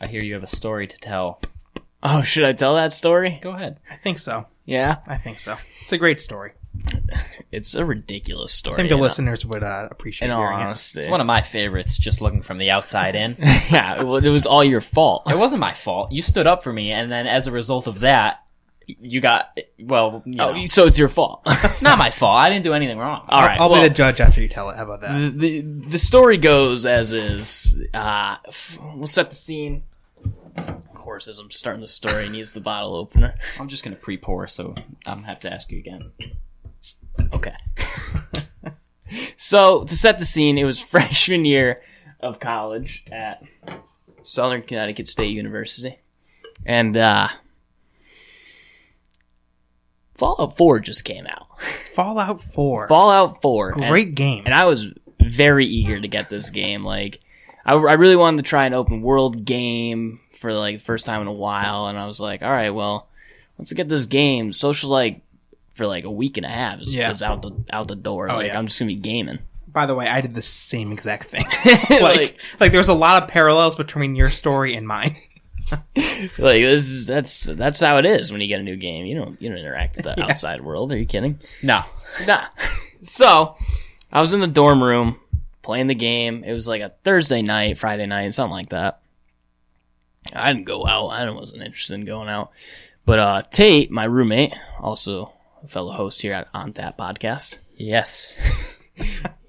I hear you have a story to tell. Oh, should I tell that story? Go ahead. I think so. Yeah, I think so. It's a great story. it's a ridiculous story. I think the in- listeners would uh, appreciate In all hearing honesty, It's one of my favorites, just looking from the outside in. yeah, well, it was all your fault. it wasn't my fault. You stood up for me, and then as a result of that, you got, well, you know. Oh, so it's your fault. it's not my fault. I didn't do anything wrong. All it. right, I'll well- Mm. be the judge after you tell it. How about that? the, the the story goes as is. Uh, f- we'll set the scene. Of course, as I'm starting the story, needs the bottle opener. I'm just going to pre pour, so I'm going to have to ask you again. Okay. so to set the scene, it was freshman year of college at Southern Connecticut State University, and uh, Fallout Four just came out. Fallout Four, Fallout Four, and- great game. and I was very eager to get this game. Like, I, I really wanted to try an open world game for like the first time in a while, and I was like, all right, well, let's get this game. Social like for like a week and a half is, Yeah. is out the out the door. Oh, like, yeah. I'm just gonna be gaming. By the way, I did the same exact thing. like, like, like, like there was a lot of parallels between your story and mine. this is that's that's how it is when you get a new game. You don't you don't interact with the outside world. Are you kidding? No. nah. So I was in the dorm room playing the game. It was like a Thursday night, Friday night, something like that. I didn't go out. I wasn't interested in going out. But uh, Tate, my roommate, also a fellow host here at On That Podcast, Yes.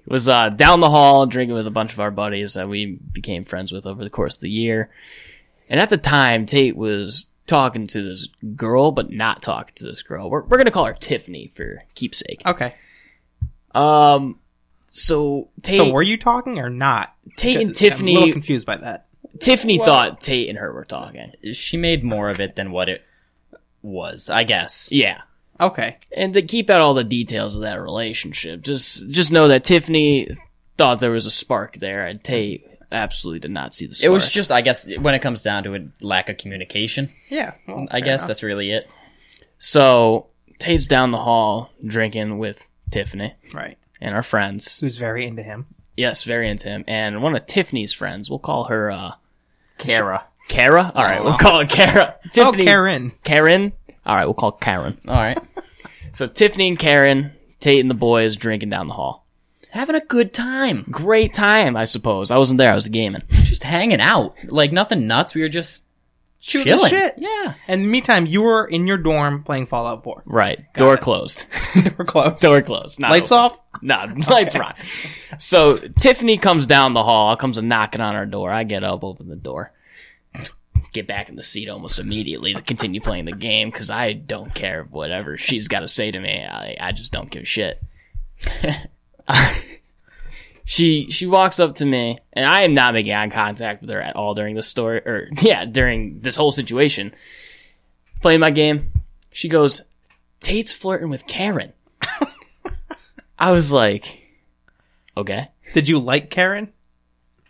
was uh, down the hall drinking with a bunch of our buddies that we became friends with over the course of the year. And at the time, Tate was talking to this girl, but not talking to this girl. We're, we're going to call her Tiffany for keepsake. Okay, Um, so Tate, so were you talking or not? Tate and Because I'm a little Tiffany, confused by that. Tiffany thought Tate and her were talking. She made more of it than what it was, I guess. Yeah, Okay, and to keep out all the details of that relationship, just just know that Tiffany thought there was a spark there, and Tate absolutely did not see the spark. It was just, I guess, when it comes down to it, lack of communication. yeah. well, I fair guess enough. that's really it. so Tate's down the hall drinking with Tiffany right. and our friends. Who's very into him? Yes, very into him, and one of Tiffany's friends. We'll call her uh, Kara. Uh-huh. Kara. All right, we'll call her Kara. Tiffany, Oh, Karen. Karen. All right, we'll call Karen. All right. So Tiffany and Karen, Tate and the boys drinking down the hall. Having a good time. Great time, I suppose. I wasn't there. I was gaming. Just hanging out. Like nothing nuts. We were just Shoot the chilling. shit. Yeah. And in the meantime, you were in your dorm playing Fallout 4. Right. Door closed. We're close. Door closed. Not Lights open. off. No, lights are on. So Tiffany comes down the hall, comes a knocking on our door. I get up, open the door, get back in the seat almost immediately to continue playing the game because I don't care whatever she's got to say to me. I, I just don't give a shit. she she walks up to me, and I am not making eye contact with her at all during this story, or yeah, during this whole situation. Playing my game, she goes, "Tate's flirting with Karen." I was like, okay. Did you like Karen?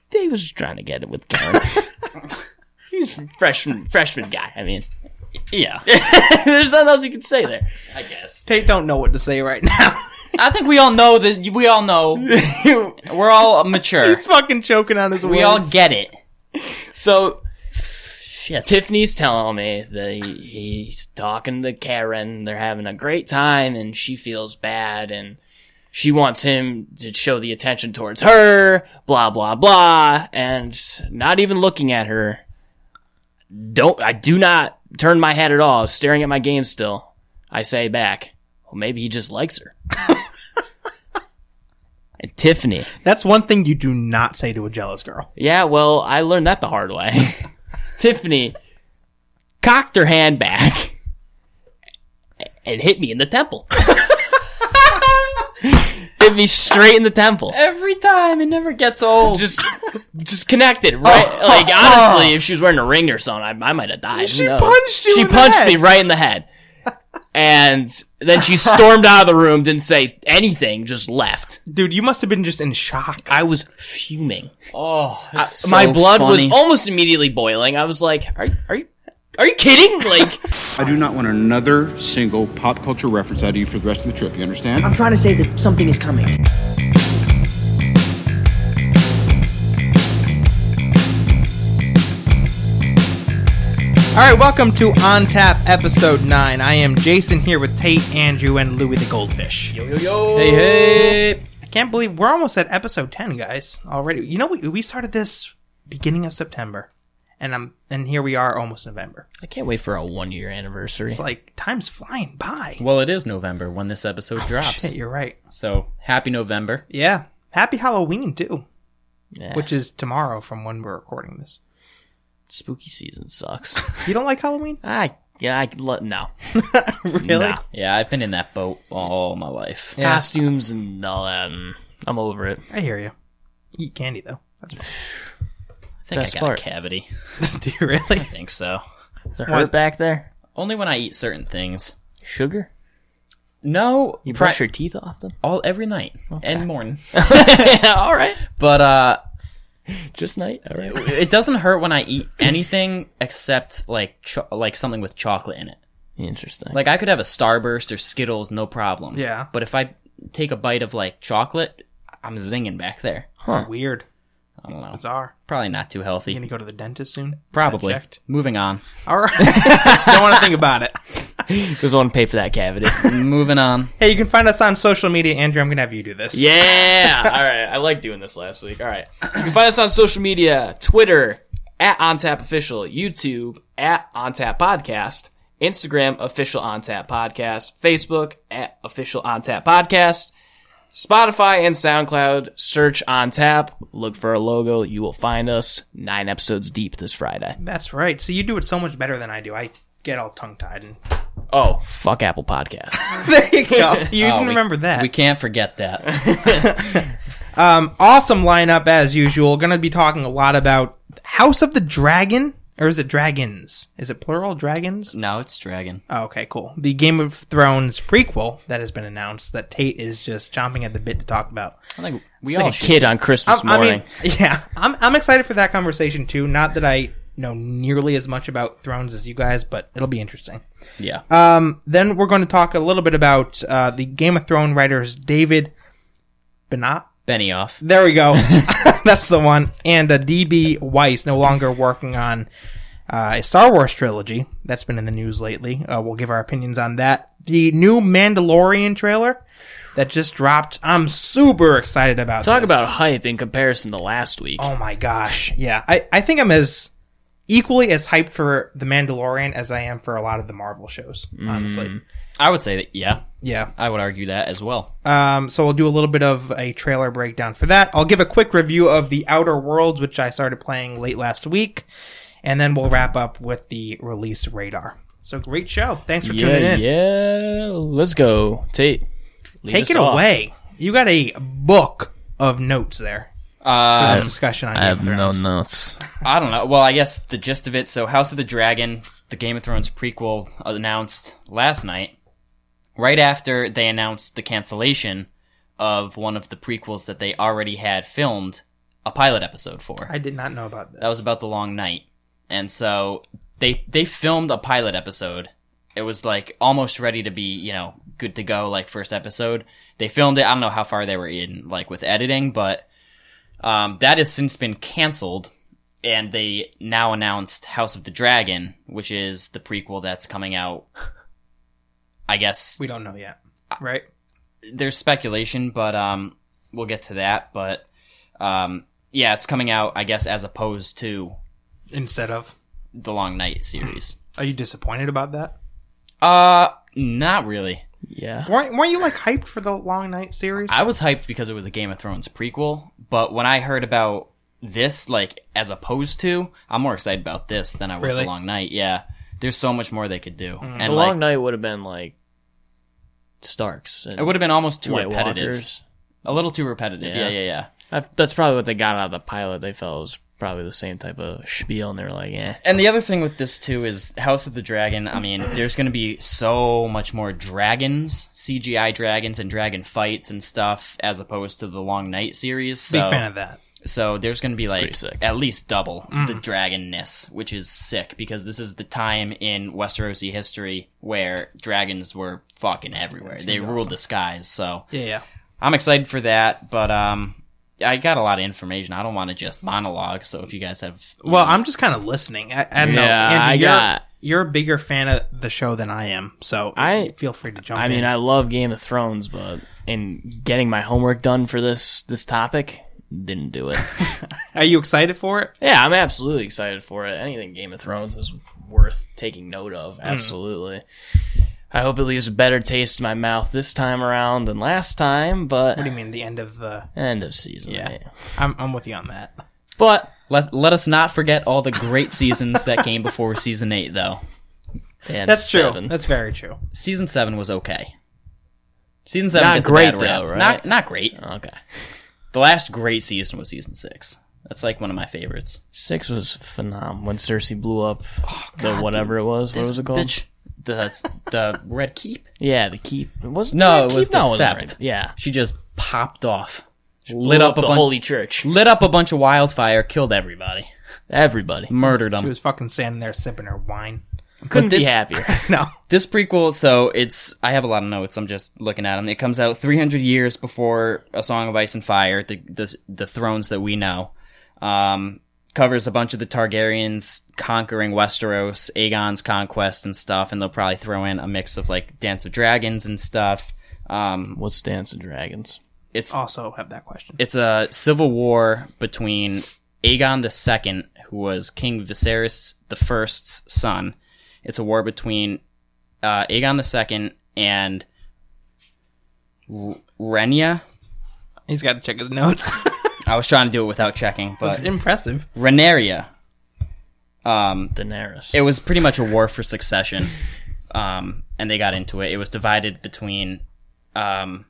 Dave was just trying to get it with Karen. He's a freshman, freshman guy. I mean, Yeah. there's nothing else you could say there. I guess. Tate don't know what to say right now. I think we all know that we all know. We're all mature. He's fucking choking on his words. We all get it. So Shit. Tiffany's telling me that he, he's talking to Karen. They're having a great time, and she feels bad, and she wants him to show the attention towards her. Blah blah blah, and not even looking at her. Don't I do not turn my head at all. I was staring at my game still. I say back, well, maybe he just likes her. and Tiffany, That's one thing you do not say to a jealous girl. yeah, well, I learned that the hard way. Tiffany cocked her hand back and hit me in the temple. hit me straight in the temple. Every time it never gets old. Just, just Oh. connected, right? Like honestly, if she was wearing a ring or something, I, I might have died. She Who knows? punched you She in the punched me head. right in the head, and then she stormed out of the room. Didn't say anything. Just left. Dude, you must have been just in shock. I was fuming. oh, I- my blood was almost immediately boiling. I was like, "Are are you are you kidding?" Like, I do not want another single pop culture reference out of you for the rest of the trip. You understand? I'm trying to say that something is coming. All right, welcome to On Tap Episode 9. I am Jason here with Tate, Andrew, and Louie the Goldfish. Yo yo yo. Hey, hey. I can't believe we're almost at episode 10, guys, already. You know, we, we started this beginning of September, and I'm and here we are almost November. I can't wait for a one year anniversary. It's like time's flying by. Well, it is November when this episode drops. Shit, you're right. So happy November. Yeah. Happy Halloween, too, Yeah. which is tomorrow from when we're recording this. spooky season sucks. You don't like Halloween? I yeah I lo- no really? Nah. Yeah, I've been in that boat all my life. Yeah. costumes and all that. And I'm over it. I hear you. Eat candy, though. That's fine. I think Best I got part. a cavity. Do you really? I think so. Is there Why- hurt back there? Only when I eat certain things. Sugar? No, You pri- brush your teeth off them? all every night and morning. all right. But uh Just night. All right. it doesn't hurt when I eat anything except like cho- like something with chocolate in it. Interesting. Like I could have a Starburst or Skittles, no problem. Yeah. But if I take a bite of like chocolate, I'm zinging back there. It's weird. I don't know. Bizarre. Probably not too You gonna healthy. go to the dentist soon? Probably. That checked? Moving on. All right. Don't want to think about it. doesn't want to pay for that cavity. Moving on. Hey, you can find us on social media. Andrew, I'm going to have you do this. yeah. All right. I like doing this last week. All right. You can find us on social media: Twitter at OnTap Official, YouTube at OnTap Podcast, Instagram Official OnTap Podcast, Facebook at Official OnTap Podcast. Spotify and SoundCloud, search on tap, look for a logo, you will find us nine episodes deep this Friday. That's right. So you do it so much better than I do. I get all tongue tied. and Oh, fuck Apple Podcasts. There you go. You Oh, can we- remember that. We can't forget that. Um, awesome lineup as usual. Going to be talking a lot about House of the Dragon, or is it dragons? Is it plural? Dragons? no, it's Dragon. Oh, okay, cool. The Game of Thrones prequel that has been announced that Tate is just chomping at the bit to talk about. I think we It's all like a should. kid on Christmas I morning. mean, yeah, I'm I'm excited for that conversation too. Not that I know nearly as much about Thrones as you guys, but it'll be interesting. Yeah. Um, then we're going to talk a little bit about uh, the Game of Thrones writers David Benat. Benioff. There we go. That's the one. And uh, DB Weiss, no longer working on uh, a Star Wars trilogy. That's been in the news lately. Uh, we'll give our opinions on that. The new Mandalorian trailer that just dropped. I'm super excited about. Talk this. about hype in comparison to last week. Oh my gosh. Yeah. I, I think I'm as equally as hyped for The Mandalorian as I am for a lot of the Marvel shows, honestly. Mm. I would say that. Yeah, Yeah. I would argue that as well. Um, so we'll do a little bit of a trailer breakdown for that. I'll give a quick review of The Outer Worlds, which I started playing late last week. And then we'll wrap up with the release radar. So great show. Thanks for tuning yeah, in. yeah. Let's go, Tate. lead Take us it off. away. You got a book of notes there. for Uh, this discussion on I Game of have no Thrones. notes. I don't know. Well, I guess the gist of it. So, House of the Dragon, the Game of Thrones prequel, announced last night, right after they announced the cancellation of one of the prequels that they already had filmed a pilot episode for. I did not know about this. That was about the long night, and so they they filmed a pilot episode. It was like almost ready to be, you know, good to go, like first episode. They filmed it. I don't know how far they were in, like with editing, but um, that has since been canceled, and they now announced House of the Dragon, which is the prequel that's coming out. I guess we don't know yet. Right? there's speculation, but um, we'll get to that. But um, yeah, it's coming out, I guess, as opposed to Instead of. the Long Night series. Are you disappointed about that? Uh, not really. Yeah. Weren't, weren't you like hyped for the Long Night series? I was hyped because it was a Game of Thrones prequel, but when I heard about this, like as opposed to, I'm more excited about this than I was Really? Mm. the Long Night. Yeah, there's so much more they could do, The and like long night would have been like Starks. And it would have been almost too White repetitive. Walkers. A little too repetitive. Yeah. Yeah, yeah, yeah. I, that's probably what they got out of the pilot. They felt it was probably the same type of spiel, and they were like, "Eh." "Yeah, And the other thing with this too is House of the Dragon. I mean, there's going to be so much more dragons, CGI dragons, and dragon fights and stuff, as opposed to the Long Night series. So, Big fan of that. So there's going to be like pretty sick. at least double the dragonness, which is sick because this is the time in Westerosi history where dragons were fucking everywhere. They ruled the skies. So Yeah, yeah. I'm excited for that, but um, I got a lot of information. I don't want to just monologue. So if you guys have, Well, I'm just kind of listening. I, I don't know. yeah." Andy, I you're- got You're a bigger fan of the show than I am, so I- feel free to jump. I mean, in. I love Game of Thrones, but in getting my homework done for this this topic, didn't do it. are you excited for it? yeah, I'm absolutely excited for it. Anything Game of Thrones is worth taking note of. Absolutely. I hope it leaves a better taste in my mouth this time around than last time, but What do you mean the end of the? end of season. Yeah, right? I'm I'm with you on that. But Let, let us not forget all the great seasons that came before season eight, though. and That's true. seven. That's very true. Season seven was okay. Season seven Not gets great, a bad rap. though, right? Not not great. Okay. The last great season was season six. That's like one of my favorites. Six was phenomenal when Cersei blew up the whatever it was. What was it called? Bitch, the the Red Keep. Yeah, the keep. It wasn't No, the it was keep? No, the wasn't sept. right. Yeah, She just popped off, lit up, a the bunch, holy church. lit up a bunch of wildfire, killed everybody, Everybody murdered them. She was fucking standing there sipping her wine. couldn't this- be happier. No, This prequel, so it's I have a lot of notes. I'm just looking at them. It comes out 300 years before A Song of Ice and Fire, the the, the thrones that we know. Um, covers a bunch of the Targaryens conquering Westeros, Aegon's conquest and stuff, and they'll probably throw in a mix of like Dance of Dragons and stuff. Um, What's Dance of Dragons? it's also have that question. it's a civil war between Aegon the Second, who was King Viserys the First's son. It's a war between uh, Aegon the Second and R- Renya. He's got to check his notes. I was trying to do it without checking, That's but impressive. Rhaenyra. Um, Daenerys. it was pretty much a war for succession, um, and they got into it. It was divided between um,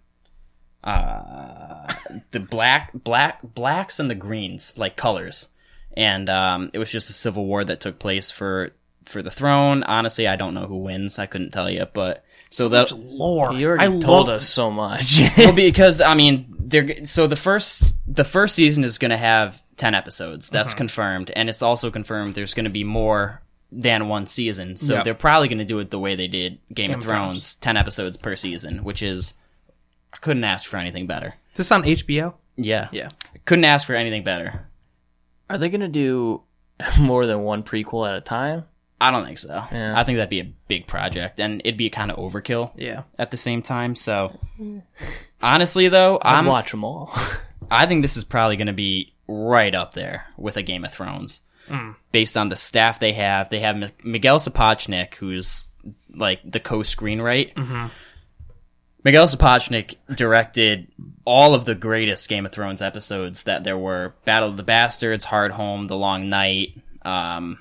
uh, the black, black, blacks and the greens, like colors, and um, it was just a civil war that took place for for the throne. Honestly, I don't know who wins. I couldn't tell you, but so that Lore. You already I told love- us so much. well, because I mean, they're so the first the first season is going to have ten episodes. That's confirmed, and it's also confirmed there's going to be more than one season. So Yep. they're probably going to do it the way they did Game, of of Thrones, Thrones. ten episodes per season, which is I couldn't ask for anything better. Is this on HBO? Yeah, Yeah. couldn't ask for anything better. Are they gonna do more than one prequel at a time? I don't think so. Yeah. I think that'd be a big project, and it'd be kind of overkill Yeah. at the same time. So, honestly, though, I'd I'm watch them all. I think this is probably going to be right up there with a Game of Thrones, based on the staff they have. They have M- Miguel Sapochnik, who's like the co-screenwriter. Miguel Sapochnik directed all of the greatest Game of Thrones episodes that there were: Battle of the Bastards, Hard Home, The Long Night, um,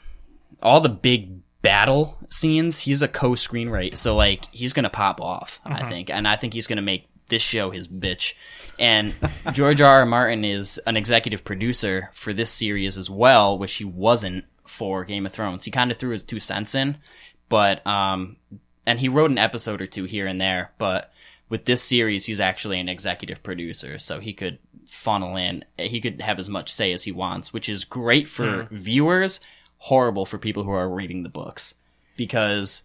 all the big battle scenes. He's a co-screenwriter, so like he's gonna pop off, I think, and I think he's gonna make this show his bitch. And George R. R. Martin is an executive producer for this series as well, which he wasn't for Game of Thrones. He kind of threw his two cents in, but um, and he wrote an episode or two here and there, but with this series, he's actually an executive producer, so he could funnel in, he could have as much say as he wants, which is great for Hmm. viewers, horrible for people who are reading the books because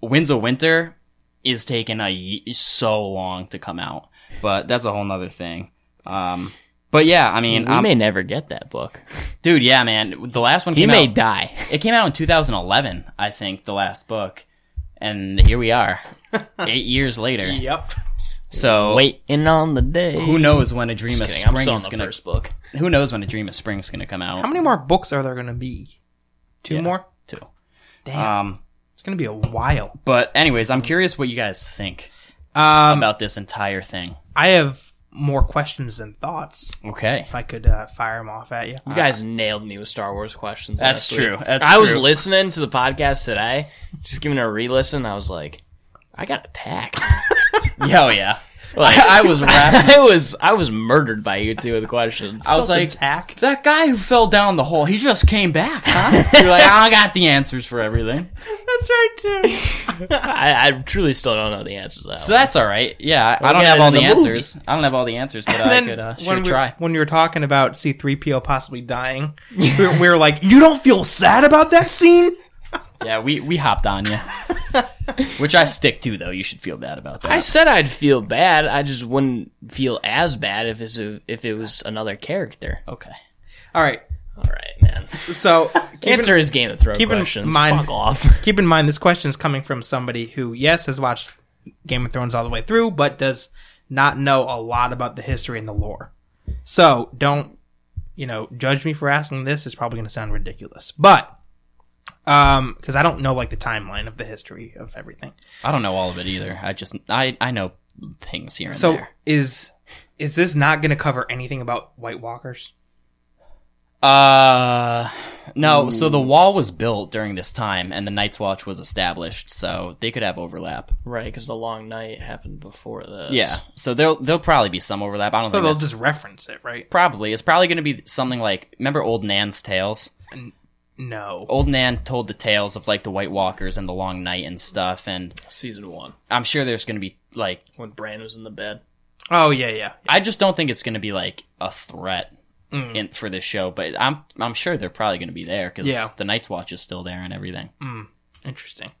Winds of Winter is taking a ye- so long to come out, but that's a whole nother thing. Um, but yeah, I mean, we I'm- may never get that book. dude, yeah, man, the last one He came may out. die. It came out in 2011, I think, the last book, and here we are, eight years later. Yep. So Waiting on the day. who knows when a dream of Kidding, I'm spring still on is the gonna first book. who knows when a dream of spring is gonna come out How many more books are there going to be? Two more. too Damn. um it's going to be a while. but anyways i'm curious what you guys think Um, about this entire thing I have more questions than thoughts. okay If I could uh, fire them off at you. You guys nailed me with Star Wars questions. Uh, That's last true. week. That's I was true. listening to the podcast today, just giving it a re-listen. I was like, I got attacked. yeah oh yeah Like, I, I was rapping I was I was murdered by you two with questions. i was like Attacked. that guy who fell down the hole he just came back huh you're like i got the answers for everything That's right too. I, I truly still don't know the answer to that. so that's all right yeah i We'll don't get have it all in the, the movie. answers i don't have all the answers but And i then could uh, sure when, we, try when we were talking about C3PO possibly dying, we were, we were like, "You don't feel sad about that scene?" yeah we we hopped on you which i stick to though you should feel bad about that I said I'd feel bad. I just wouldn't feel as bad if it's a, if it was another character. okay All right. All right, man. So keep in- Answer is Game of Thrones keep in questions. mind- Fuck off. keep in mind this question is coming from somebody who yes has watched game of thrones all the way through but does not know a lot about the history and the lore so don't you know judge me for asking this it's probably going to sound ridiculous but um because i don't know like the timeline of the history of everything I don't know all of it either. I just I I know things here and so there. is is this not going to cover anything about white walkers Uh no, so the wall was built during this time and the Night's Watch was established, so they could have overlap. Right, because the Long Night happened before this. Yeah. So there'll there'll probably be some overlap. I don't so think they'll that's- just reference it right probably it's probably going to be something like remember old Nan's tales? no Old Nan told the tales of like the White Walkers and the Long Night and stuff and season one I'm sure there's going to be like when Bran was in the bed. oh yeah yeah I just don't think it's going to be like a threat Mm. in, for this show, but I'm I'm sure they're probably going to be there because Yeah. Mm. the Night's Watch is still there and everything. interesting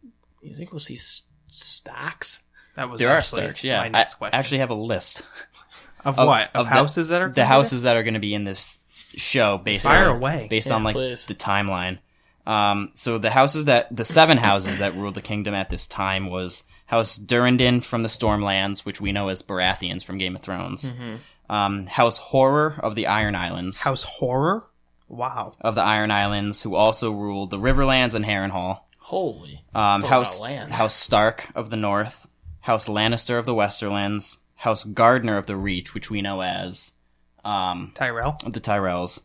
You think we'll see s- stocks? that was There are actually Starks, yeah. my I next question actually have a list of, of- what of, of the- houses that are the coming houses that are going to be in this show based Fire on away. based Yeah, on like please. the timeline. Um, so the houses that the seven houses that ruled the kingdom at this time was House Durandon from the Stormlands, which we know as Baratheons from Game of Thrones. Mm-hmm. Um, House Horror of the Iron Islands House Horror. Wow. of the Iron Islands, who also ruled the Riverlands and Harrenhal. Holy. Um, That's a House lot of land. House Stark of the North, House Lannister of the Westerlands, House Gardner of the Reach, which we know as um, Tyrell. of the Tyrells,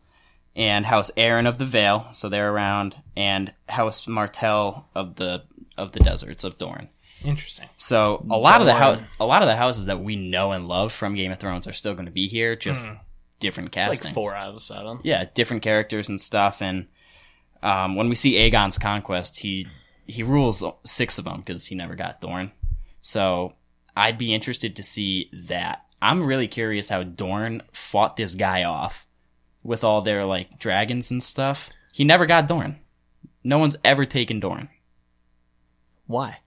and House Aaron of the Vale, so they're around, and House Martell of the of the deserts of Dorne. Interesting. So a lot of the house, a lot of the houses that we know and love from Game of Thrones are still going to be here, just different It's casting. like four out of seven. Yeah, different characters and stuff, and um, when we see Aegon's conquest, he he rules six of them because he never got Dorne. So I'd be interested to see that. I'm really curious how Dorne fought this guy off with all their like dragons and stuff. He never got Dorne. No one's ever taken Dorne Why?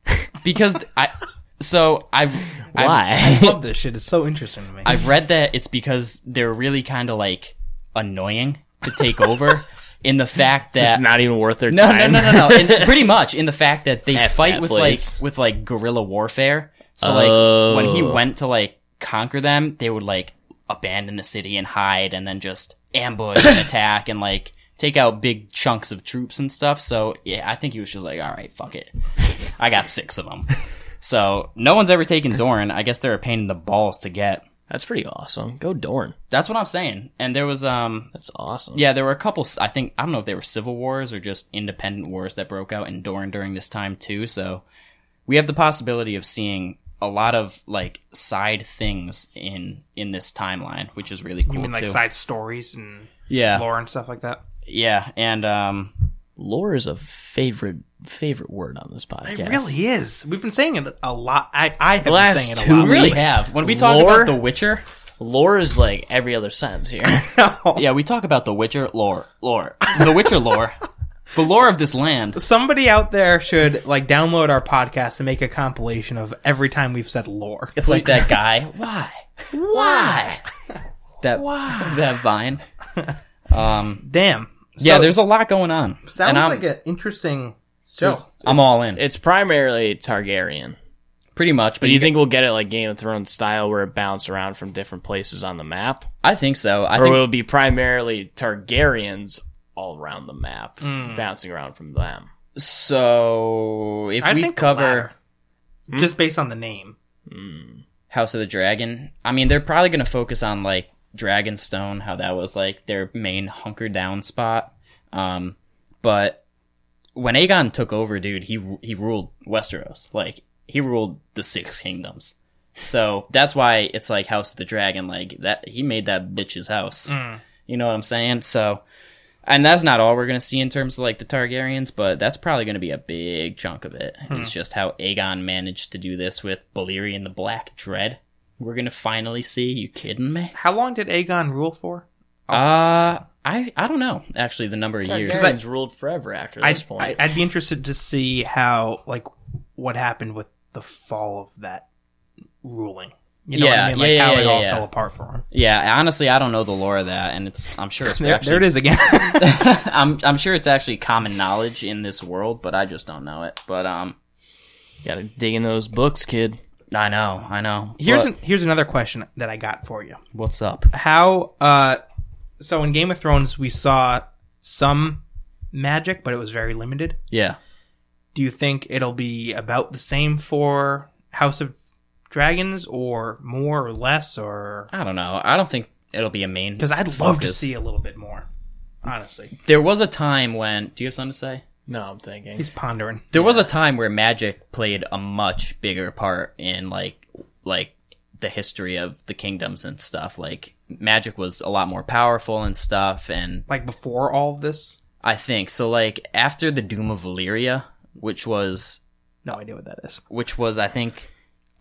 because I. So I've I've, I love this shit. It's so interesting to me. I've read that it's because they're really kind of like annoying to take over in the fact that It's not even worth their no, no, time. no, no, no. In, pretty much in the fact that they F fight that with place. like with like guerrilla warfare. So like when he Oh. went to like conquer them, they would like abandon the city and hide, and then just ambush and attack and like take out big chunks of troops and stuff. So yeah, I think he was just like, all right, fuck it, I got six of them. So no one's ever taken Doran. I guess they're a pain in the balls to get. That's pretty awesome. Go Dorn. That's what I'm saying. And there was um That's awesome. yeah, there were a couple. I think I don't know if they were civil wars or just independent wars that broke out in Doran during this time too. So we have the possibility of seeing a lot of like side things in in this timeline, which is really cool you mean like too. side stories and yeah, lore and stuff like that? yeah, and um, Lore is a favorite favorite word on this podcast. It really is. We've been saying it a lot. I, I have been Last saying it a two lot. we really Weeks. have when we talk Lore? about The Witcher. Lore is like every other sentence here. Yeah, we talk about The Witcher lore, lore, The Witcher lore, the lore of this land. Somebody out there should like download our podcast and make a compilation of every time we've said lore. It's like that guy. Why? Why? That that vine. Um. Damn. Yeah, So there's a it lot going on. Sounds and I'm, like an interesting show. I'm all in. it's primarily Targaryen. pretty much, but Do you you think we'll get it like Game of Thrones style where it bounce around from different places on the map? I think so. I Or think will it be primarily Targaryens all around the map, Hmm. bouncing around from them? so. If I we think the cover latter. Hmm? just based on the name. House of the Dragon, I mean, they're probably going to focus on like Dragonstone, how that was like their main hunker down spot. Um, but when Aegon took over, dude, he he ruled Westeros. Like he ruled the Six Kingdoms. So that's why it's like House of the Dragon. Like that, he made that bitch's house. Mm. You know what I'm saying? So, and that's not all we're gonna see in terms of like the Targaryens, but that's probably gonna be a big chunk of it. It's just how Aegon managed to do this with Valyrian the Black Dread. We're gonna finally see. You kidding me? How long did Aegon rule for? Uh, I I don't know actually the number of years. Targaryens ruled forever after I, this point. I, I'd be interested to see how, like, what happened with the fall of that ruling. You know what Yeah, I mean? Like yeah, how yeah, it yeah, all yeah. fell apart for him. Yeah, honestly, I don't know the lore of that, and it's I'm sure it's There, actually, there it is again. I'm I'm sure it's actually common knowledge in this world, but I just don't know it. But um, Gotta dig in those books, kid. I know, I know. here's But an, here's another question that I got for you. what's up. How uh so in Game of Thrones we saw some magic, but it was very limited. Yeah, Do you think it'll be about the same for House of Dragons or more or less or I don't know. I don't think it'll be a main cuz I'd love to Focus. see a little bit more. Honestly. There was a time when. Do you have something to say? No, I'm thinking. He's pondering. There was a time where magic played a much bigger part in like like the history of the kingdoms and stuff. Like magic was a lot more powerful and stuff, and Like before all of this? I think so. Like after the Doom of Valyria, which was No idea what that is. which was I think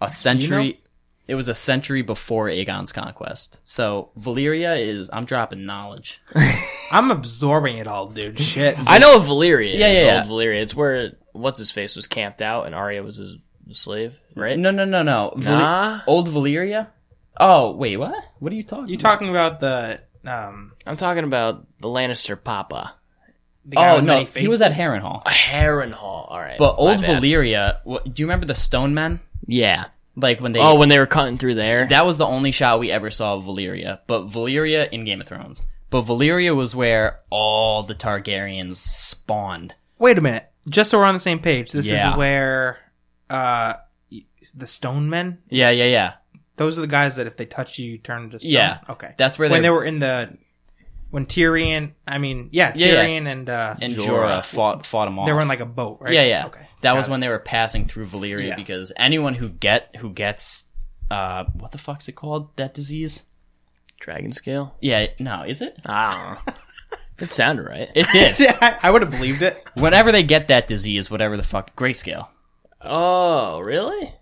a century. It was a century before Aegon's conquest. So Valyria is. I'm dropping knowledge. I'm absorbing it all, dude. Shit. I know of Valyria. Yeah, is yeah, yeah. Old Valyria. It's where what's his face was camped out, and Arya was his slave, right? No, no, no, no. Vali- Nah. Old Valyria. Oh wait, what? What are you talking? You about? talking about the um Mm-hmm. I'm talking about the Lannister Papa, the guy oh with no, many he was at faces? Harrenhal. Harrenhal. All right, But my old bad. Valyria, wh- do you remember the Stone Men? Yeah. Like when they Oh, when they were cutting through there. that was the only shot we ever saw of Valyria. But Valyria in Game of Thrones. But Valyria was where all the Targaryens spawned. Wait a minute. Just so we're on the same page, this Yeah. is where uh y- the stone men. Yeah, yeah, yeah. Those are the guys that if they touch you, you turn to stone. Yeah. Okay. That's where when they they were in the when Tyrion. I mean, yeah, Yeah, yeah. Tyrion and uh, and Jorah. Jorah fought fought them off. they were in like a boat, right? Yeah, yeah. Okay. That got was it. when they were passing through Valyria Yeah. because anyone who get who gets uh what the fuck's it called? That disease? Dragon scale. Yeah, no, is it? I don't know. it sounded right. It did. Yeah, I, I would have believed it. Whenever they get that disease, whatever the fuck grayscale. Oh, really?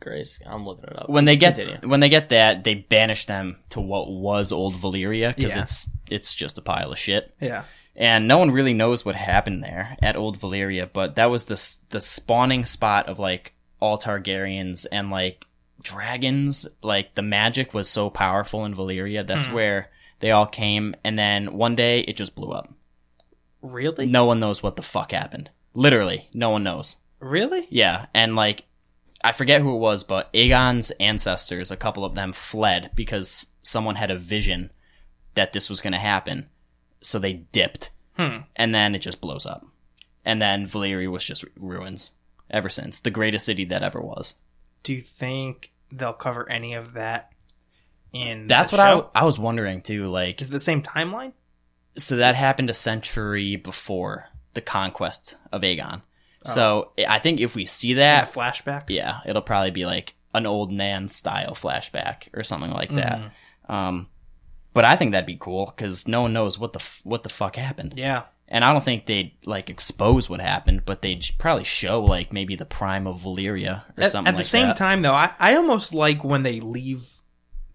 Grace, I'm looking it up. when they get Continue. when they get that, they banish them to what was old Valyria because Yeah. it's it's just a pile of shit, Yeah. and no one really knows what happened there at old Valyria. But that was the s- the spawning spot of like all Targaryens and like dragons. Like the magic was so powerful in Valyria. That's where they all came, and then one day it just blew up. Really? No one knows what the fuck happened. Literally, no one knows. Really? Yeah, and like I forget who it was, but Aegon's ancestors, a couple of them fled because someone had a vision that this was going to happen. So they dipped. Hmm. And then it just blows up. And then Valyria was just ruins ever since. The greatest city that ever was. Do you think they'll cover any of that in? That's the what show? I I was wondering too like Is it the same timeline? so that happened a century before the conquest of Aegon. Oh. So I think if we see that A flashback. yeah, it'll probably be like an old Nan style flashback or something like that. Mm-hmm. Um, but I think that'd be cool because no one knows what the f- what the fuck happened, Yeah. and I don't think they'd like expose what happened, but they'd sh- probably show like maybe the prime of Valyria or At, something. at the like same that. time, though, I, I almost like when they leave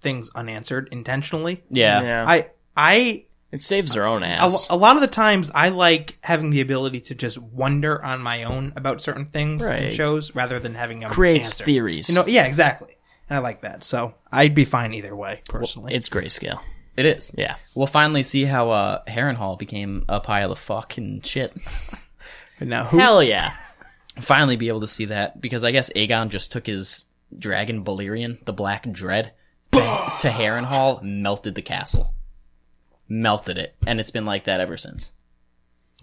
things unanswered intentionally. yeah, yeah, yeah. I I it saves their own a, ass. a lot of the times I like having the ability to just wonder on my own about certain things in Right. shows rather than having them Creates answered. theories. You know, yeah, exactly. And I like that, so I'd be fine either way personally. it's grayscale. it is. Yeah. We'll finally see how uh, Harrenhal became a pile of fucking shit. but now who? Hell yeah. finally, be able to see that because I guess Aegon just took his dragon Balerion, the Black Dread, to, to Harrenhal, melted the castle, melted it, and it's been like that ever since.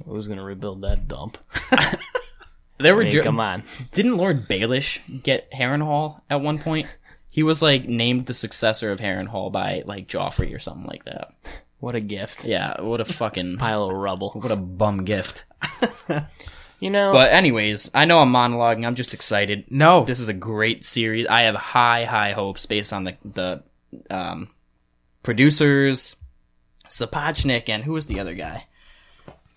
Who's gonna rebuild that dump? There were Hey, dr- come on. didn't Lord Baelish get Harrenhal at one point? He was like named the successor of Harrenhal by like Joffrey or something like that. What a gift. Yeah, what a fucking Pile of rubble. what a bum gift. You know. But anyways, I know I'm monologuing. I'm just excited. No, this is a great series. I have high, high hopes based on the the um, producers, Sapochnik, and who was the other guy?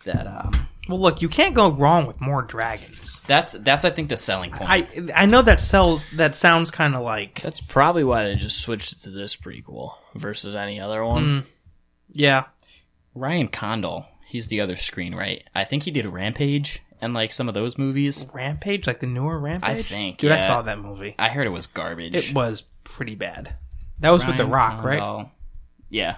That um, well, look, you can't go wrong with more dragons. that's that's I think the selling point. I I know that sells. That sounds kind of like that's probably why they just switched to this prequel versus any other Mm. one. yeah. Ryan Condal, he's the other screenwright. I think he did Rampage and like some of those movies. Rampage, like the newer Rampage. I think, dude, I yeah. saw that movie. I heard it was garbage. It was pretty bad. That was with The Ryan Rock, right? Condal. Yeah.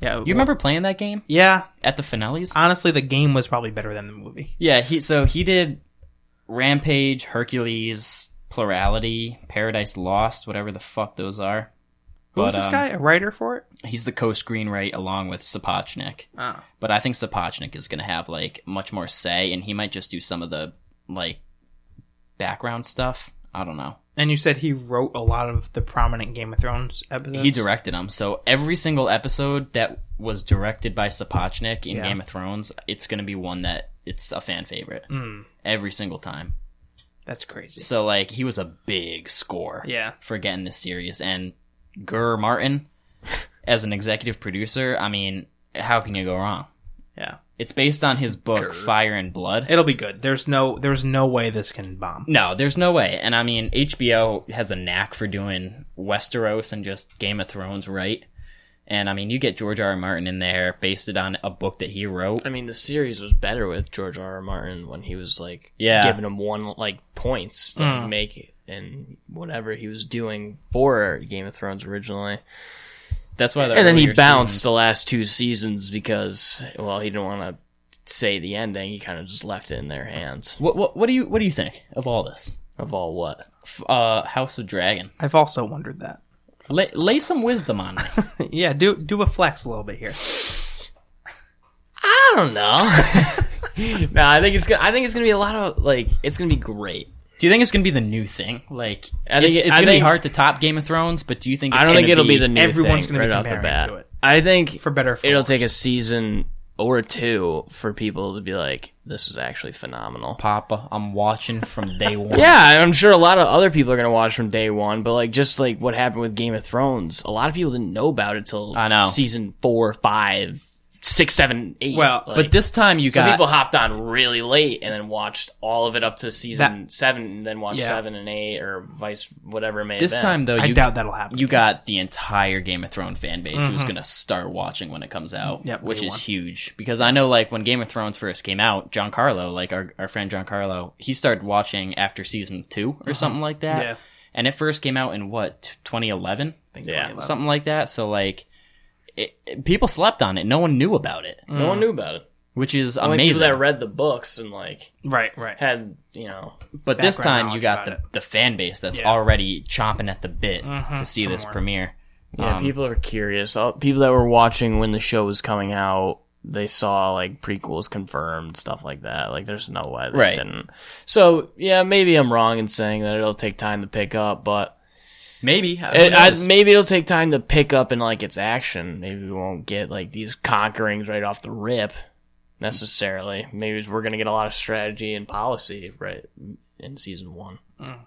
Yeah. You remember playing that game Yeah. at the finales? Honestly, the game was probably better than the movie. Yeah, he so he did Rampage, Hercules, Plurality, Paradise Lost, whatever the fuck those are. Who was But, this um, guy? A writer for it? He's the co-screenwriter along with Sapochnik. Oh. But I think Sapochnik is going to have like much more say and he might just do some of the like background stuff. I don't know. And you said he wrote a lot of the prominent Game of Thrones episodes. He directed them. So every single episode that was directed by Sapochnik in Yeah. Game of Thrones, it's going to be one that it's a fan favorite Mm, every single time. that's crazy. So like he was a big score. Yeah. for getting this series and Gurr Martin as an executive producer. I mean, how can you go wrong? Yeah. It's based on his book Fire and Blood. It'll be good. There's no there's no way this can bomb. no, there's no way. And I mean, HBO has a knack for doing Westeros and just Game of Thrones right. And I mean, you get George R. R. Martin in there, based it on a book that he wrote. I mean, the series was better with George R. R. Martin when he was like Yeah. Mm. giving him one like points to make it and whatever he was doing for Game of Thrones originally. That's why. the and then he earlier bounced the seasons- last two seasons because well, he didn't want to say the ending. He kind of just left it in their hands What, what, what do you What do you think of all this? of all what. F- Uh, House of Dragon. I've also wondered that. Lay, lay some wisdom on me. yeah, do do a flex a little bit here. I don't know. no, I think it's gonna. I think it's gonna be a lot of like. It's gonna be great. Do you think it's gonna be the new thing? Like, I think it's, it's it- I gonna think- be hard to top Game of Thrones, but do you think? It's I don't gonna think it'll be, the new everyone's thing gonna be right off the comparing bat. to it. I think For better or for it'll worse. take a season or two for people to be like, "This is actually phenomenal." Papa. I'm watching from day one. Yeah, I'm sure a lot of other people are gonna watch from day one, but like just like what happened with Game of Thrones, a lot of people didn't know about it till I know. season four, five, six, seven, eight. Well, like, but this time you so got people hopped on really late and then watched all of it up to season seven, and then watched Yeah. seven and eight or vice whatever it may. have this been. time though. You, I doubt that'll happen. you got the entire Game of Thrones fan base who's gonna start watching when it comes out, Mm-hmm. Yep, which day is one. huge. Because I know, like when Game of Thrones first came out, John Carlo, like our our friend John Carlo, he started watching after season two or something like that. Uh-huh. Yeah. And it first came out in what 2011. yeah, something like that. So like, it, it- people slept on it. No one knew about it, Mm. no one knew about it. which is Only hmm, amazing. people that read the books and like Right, right. had you know but this background time you knowledge got about the, the fan base that's already chomping at the bit Mm-hmm. to see this premiere. Um, yeah people are curious. All, people that were watching when the show was coming out, they saw like prequels confirmed stuff like that. Like there's no way they Right. didn't. So yeah, maybe I'm wrong in saying that it'll take time to pick up, but Maybe who it, I, knows? maybe it'll take time to pick up in like its action. Maybe we won't get like these conquerings right off the rip necessarily. Maybe it's- we're gonna get a lot of strategy and policy right in season one,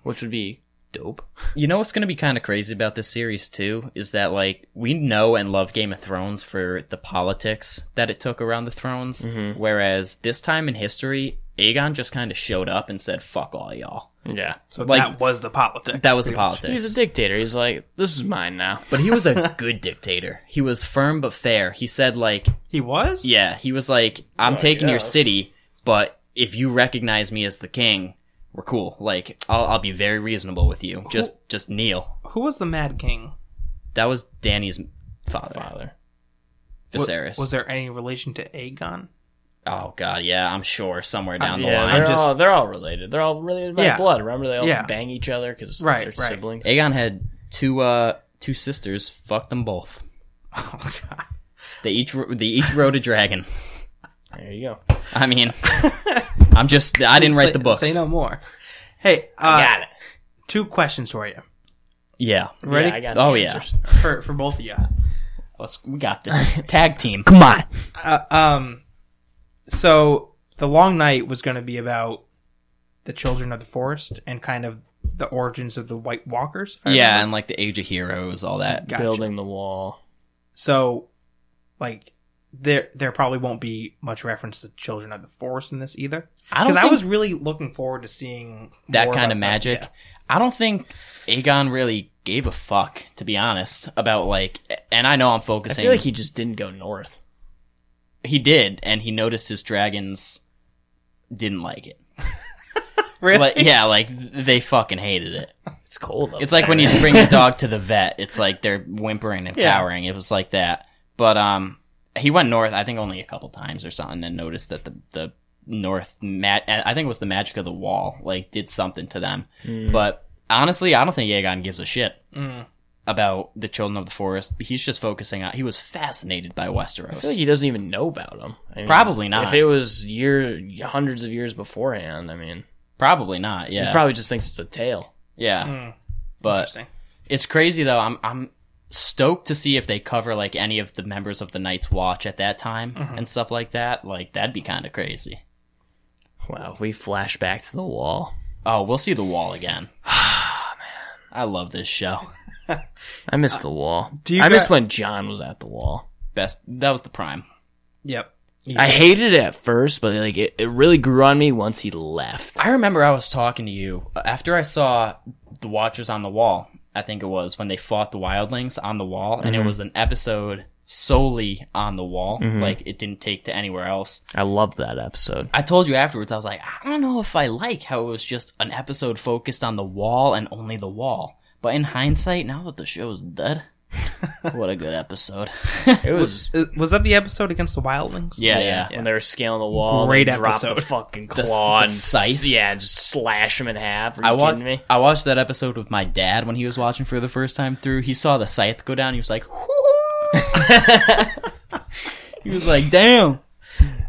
which would be dope. you know what's going to be kind of crazy about this series too is that like we know and love Game of Thrones for the politics that it took around the thrones, Mm-hmm. whereas this time in history, Aegon just kind of showed up and said "fuck all y'all." Yeah. So like- that was the politics. That was the pretty much. politics. He's a dictator. He's like, this is mine now. but he was a good dictator. He was firm but fair. He said like He was? Yeah, he was like, "I'm taking your guess. city, but if you recognize me as the king, we're cool. Like, I'll, I'll be very reasonable with you. Just, just kneel." Who was the Mad King? That was Danny's father, Father. Wa- Viserys. Was there any relation to Aegon? oh God, yeah, I'm sure somewhere down the yeah, line, they're just- all Oh, they're all related. They're all related by Yeah. blood. Remember, they all Yeah. bang each other because Right, they're right. siblings. Aegon had two, uh, two sisters. Fuck them both. Oh god. They each, ro- they each rode a dragon. There you go. I mean, I'm just, I didn't write the books. Say no more. Hey, uh, Got it. two questions for you. Yeah, Ready? Yeah, I got the Oh answers. yeah, For for both of you. let's. We got this tag team. Come on. Uh, um so the long night was going to be about the children of the forest and kind of the origins of the white walkers. if I Yeah, remember. and like the Age of Heroes, all that. Gotcha. Building the wall. So like there there probably won't be much reference to children of the forest in this either. I don't Cuz I think- was really looking forward to seeing that more kind about of magic. yeah. I don't think Aegon really gave a fuck, to be honest, about like. And I know I'm I focusing. feel like he just didn't go north. he did, and he noticed his dragons didn't like it. Really? Like yeah, like they fucking hated it. It's cold. Though. It's like when you bring your dog to the vet. It's like they're whimpering and Yeah. cowering. It was like that. But um, he went north. I think only a couple times or something, and noticed that the the north mat. I think it was the magic of the wall. Like did something to them. But honestly, I don't think Aegon gives a shit about the children of the forest. He's just focusing on. He was fascinated by Westeros. I feel like he doesn't even know about them. I mean, Probably not. If it was year hundreds of years beforehand, I mean, probably not. Yeah. he probably just thinks it's a tale. yeah. Hmm. But Interesting. it's crazy though. I'm I'm stoked to see if they cover like any of the members of the Night's Watch at that time and stuff like that. Like that'd be kind of crazy. Wow, if we flash back to the wall. Oh, we'll see the wall again. I love this show. I miss the wall. Uh, do you I miss got- when John was at the wall. Best that was the prime. Yep. I hated it at first, but like it, it really grew on me once he left. I remember I was talking to you uh, after I saw the Watchers on the Wall. I think it was when they fought the Wildlings on the wall, and it was an episode solely on the wall. Like it didn't take to anywhere else. I loved that episode. I told you afterwards, I was like, I don't know if I like how it was just an episode focused on the wall and only the wall. But in hindsight, now that the show's dead, what a good episode. It was Uh, Was that the episode against the Wildlings? yeah, yeah. when they were scaling the wall. Great they dropped episode. the fucking claw the and scythe. scythe. Yeah, just slash him in half. Are you I, wa- kidding me? I watched that episode with my dad when he was watching for the first time through. He saw the scythe go down. He was like, he was like, damn.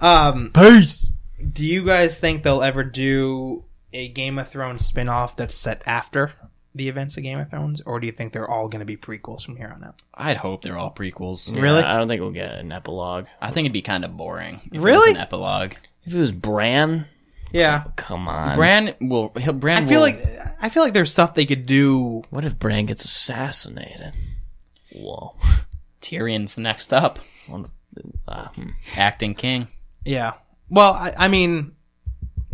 Um, Peace. Do you guys think they'll ever do a Game of Thrones spin-off that's set after the events of Game of Thrones, or do you think they're all going to be prequels from here on out? I'd hope they're all prequels. Really? I don't think we'll get an epilogue. I think it'd be kind of boring. If It Really? was an epilogue. If it was Bran, Yeah. come on. Bran will. He'll, Bran I feel will- like I feel like there's stuff they could do. What if Bran gets assassinated? Whoa. Tyrion's next up, One- uh, hmm. acting king. Yeah. Well, I, I mean,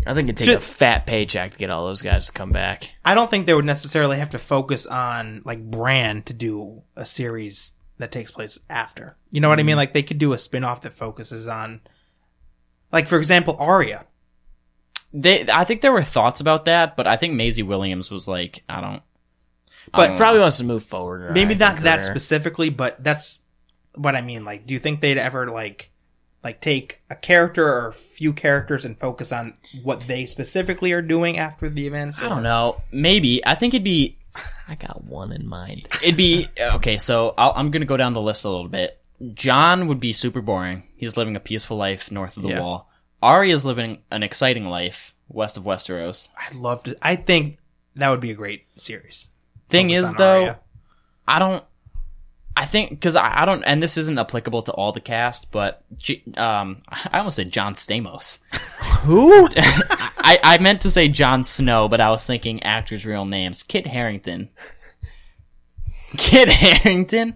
I think it'd take a fat paycheck to get all those guys to come back. I don't think they would necessarily have to focus on like Bran to do a series that takes place after. You know what Mm-hmm. I mean? Like they could do a spin-off that focuses on like for example Arya. They, I think there were thoughts about that, but I think Maisie Williams was like, I don't. But I don't Probably wants to move forward. in her Maybe acting not that career. specifically, but that's what I mean. Like do you think they'd ever like like take a character or a few characters and focus on what they specifically are doing after the events? I don't know. Maybe I think it'd be I got one in mind. it'd be okay. So I'll, I'm gonna go down the list a little bit. John would be super boring. He's living a peaceful life north of the Yeah. wall. Arya's living an exciting life west of Westeros. I'd love to I think that would be a great series. Thing Focus is, on though, Arya. I don't. I think because I, I don't, and this isn't applicable to all the cast, but J- um, I almost said John Stamos. Who? I, I meant to say Jon Snow, but I was thinking actors' real names. Kit Harrington. Kit Harrington?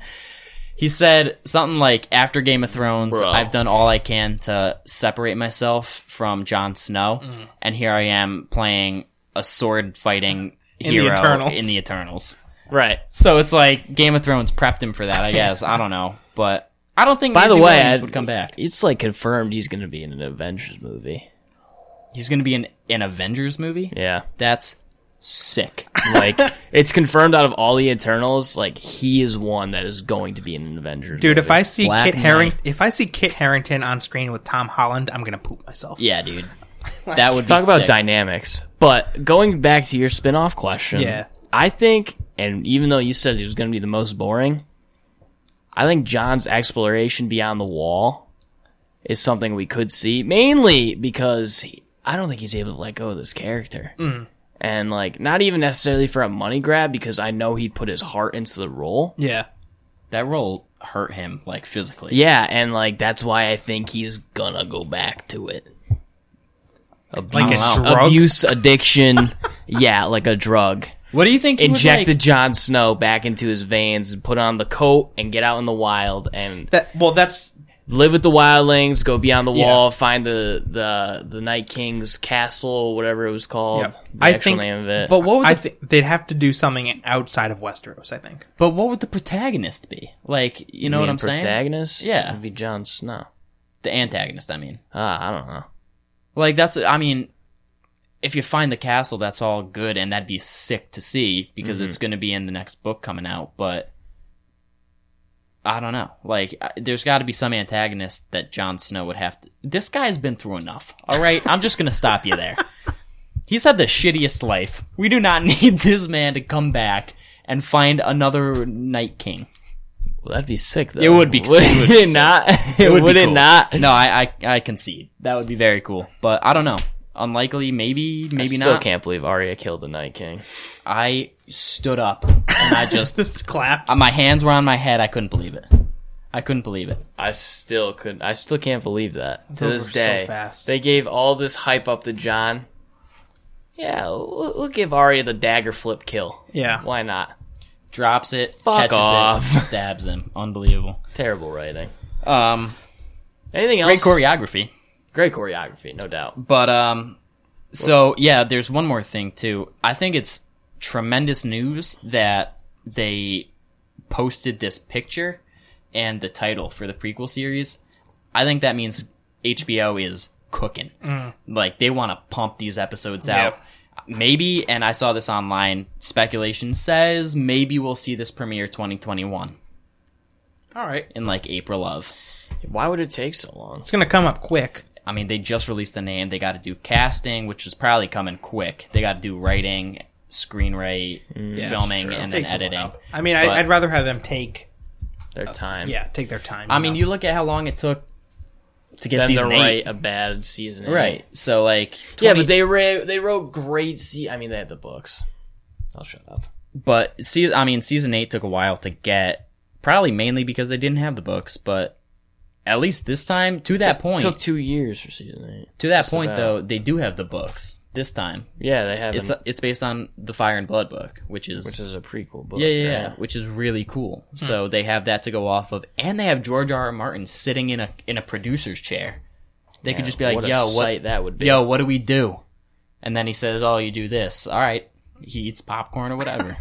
He said something like, after Game of Thrones, Bro. I've done all I can to separate myself from Jon Snow, Mm-hmm. and here I am playing a sword fighting In the hero Eternals. in the Eternals. Right. So it's like Game of Thrones prepped him for that, I guess. I don't know. But I don't think By the Maisie way, Williams I- would come back. It's like confirmed he's going to be in an Avengers movie. He's going to be in an Avengers movie? Yeah. That's sick. Like it's confirmed out of all the Eternals, like he is one that is going to be in an Avengers. Dude, if movie. I see Black Kit Knight. Harrington, if I see Kit Harrington on screen with Tom Holland, I'm gonna poop myself. Yeah, dude. That would be talk about sick. dynamics. But going back to your spin-off question, Yeah. I think, and even though you said it was going to be the most boring, I think John's exploration beyond the wall is something we could see, mainly because he- I don't think he's able to let go of this character. Mm. And like, not even necessarily for a money grab, because I know he put his heart into the role. Yeah. that role hurt him like physically. Yeah, and like that's why I think he's gonna go back to it. Like a don't drug. Abuse, addiction, yeah, like a drug. What do you think? He Inject the would, like, Jon Snow back into his veins and put on the coat and get out in the wild and That well, that's live with the wildlings, go beyond the wall, find the, the the Night King's castle or whatever it was called. Yep. The I actual think- name of it. But what would I the, think they'd have to do something outside of Westeros. I think. but what would the protagonist be? Like, you know what I'm saying? protagonist? Yeah. It'd be Jon Snow. The antagonist, I mean. Ah, I don't know. Like that's I mean, if you find the castle, that's all good, and that'd be sick to see because Mm-hmm. it's going to be in the next book coming out. But I don't know. Like, I- there's got to be some antagonist that Jon Snow would have to. This guy's been through enough. All right, I'm just going to stop you there. He's had the shittiest life. We do not need this man to come back and find another Night King. Well, that'd be sick, though. It would be- Would it would it, be sick. not? It would, be it cool. not? No, I, I I concede. That would be very cool, but I don't know. Unlikely, maybe, maybe I still not. can't believe Arya killed the Night King. I stood up and I just Just clapped. uh, my hands were on my head. I couldn't believe it. I couldn't believe it. I still couldn't. I still can't believe that to over this so day. fast. They gave all this hype up to John. Yeah, we'll, we'll give Arya the dagger flip kill. yeah. Why not? Drops it, Fuck catches off. it, stabs him. Unbelievable. Terrible writing. Um, Anything great else? choreography, Great choreography, no doubt. but um, so yeah, there's one more thing too. I think it's tremendous news that they posted this picture and the title for the prequel series. I think that means HBO is cooking. Like they want to pump these episodes Yeah. out. Maybe, and I saw this online. Speculation says maybe we'll see this premiere 2021 All right. in like April of. Why would it take so long? It's gonna come up quick. I mean, they just released the name. They got to do casting, which is probably coming quick. They got to do writing, screenwrite, Mm. filming, and then Takes a editing. while. I mean, But- I, I'd rather have them take Their time. Uh, yeah take their time. I mean, know? you look at how long it took to get Then to season write eight. a bad season. eight. Right. So like, 20, Yeah, but they ra- they wrote great. Se- I mean, they had the books. I'll shut up. but see, I mean, season eight took a while to get, probably mainly because they didn't have the books. But at least this time, to that point, took two years for season eight. to that just point about. though, they do have the books this time. Yeah, they have. It's an- it's based on the Fire and Blood book, which is which is a prequel book. Yeah, yeah, yeah, right? which is really cool. Hmm. So they have that to go off of, and they have George R. R. Martin sitting in a in a producer's chair. They could just be like, what a "Yo, sight what? that would be. Yo, what do we do?" And then he says, "Oh, you do this. All right." He eats popcorn or whatever,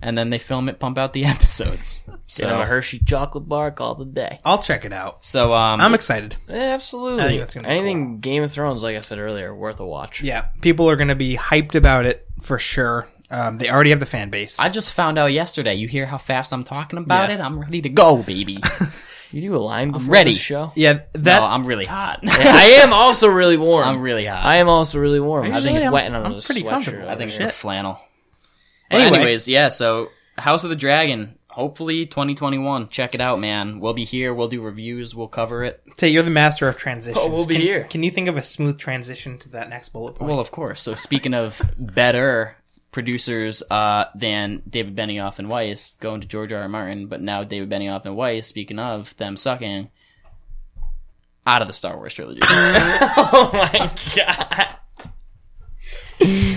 and then they film it, pump out the episodes. Get him a So, Hershey chocolate bar all the day. I'll check it out. so um, I'm excited. absolutely. I think that's gonna be Anything Game of Thrones, like I said earlier, worth a watch. Yeah, people are gonna be hyped about it for sure. Um, they already have the fan base. I just found out yesterday. You hear how fast I'm talking about Yeah. it? I'm ready to go, baby. You do a line before ready. the show. yeah, that no, I'm really hot. I am also really warm. I'm really hot. I am also really warm. I think really? I'm- sweating under I'm the pretty sweatshirt comfortable. over I think it's here. the flannel. But Anyway. anyways, yeah, so House of the Dragon, hopefully 2021. Check it out, man. We'll be here. We'll do reviews. We'll cover it. Tay, you're the master of transitions. Oh, we'll be can, here. Can you think of a smooth transition to that next bullet point? Well, of course. So speaking of better producers uh, than David Benioff and Weiss, going to George R. R. Martin, but now David Benioff and Weiss, speaking of them sucking, out of the Star Wars trilogy. Oh my god.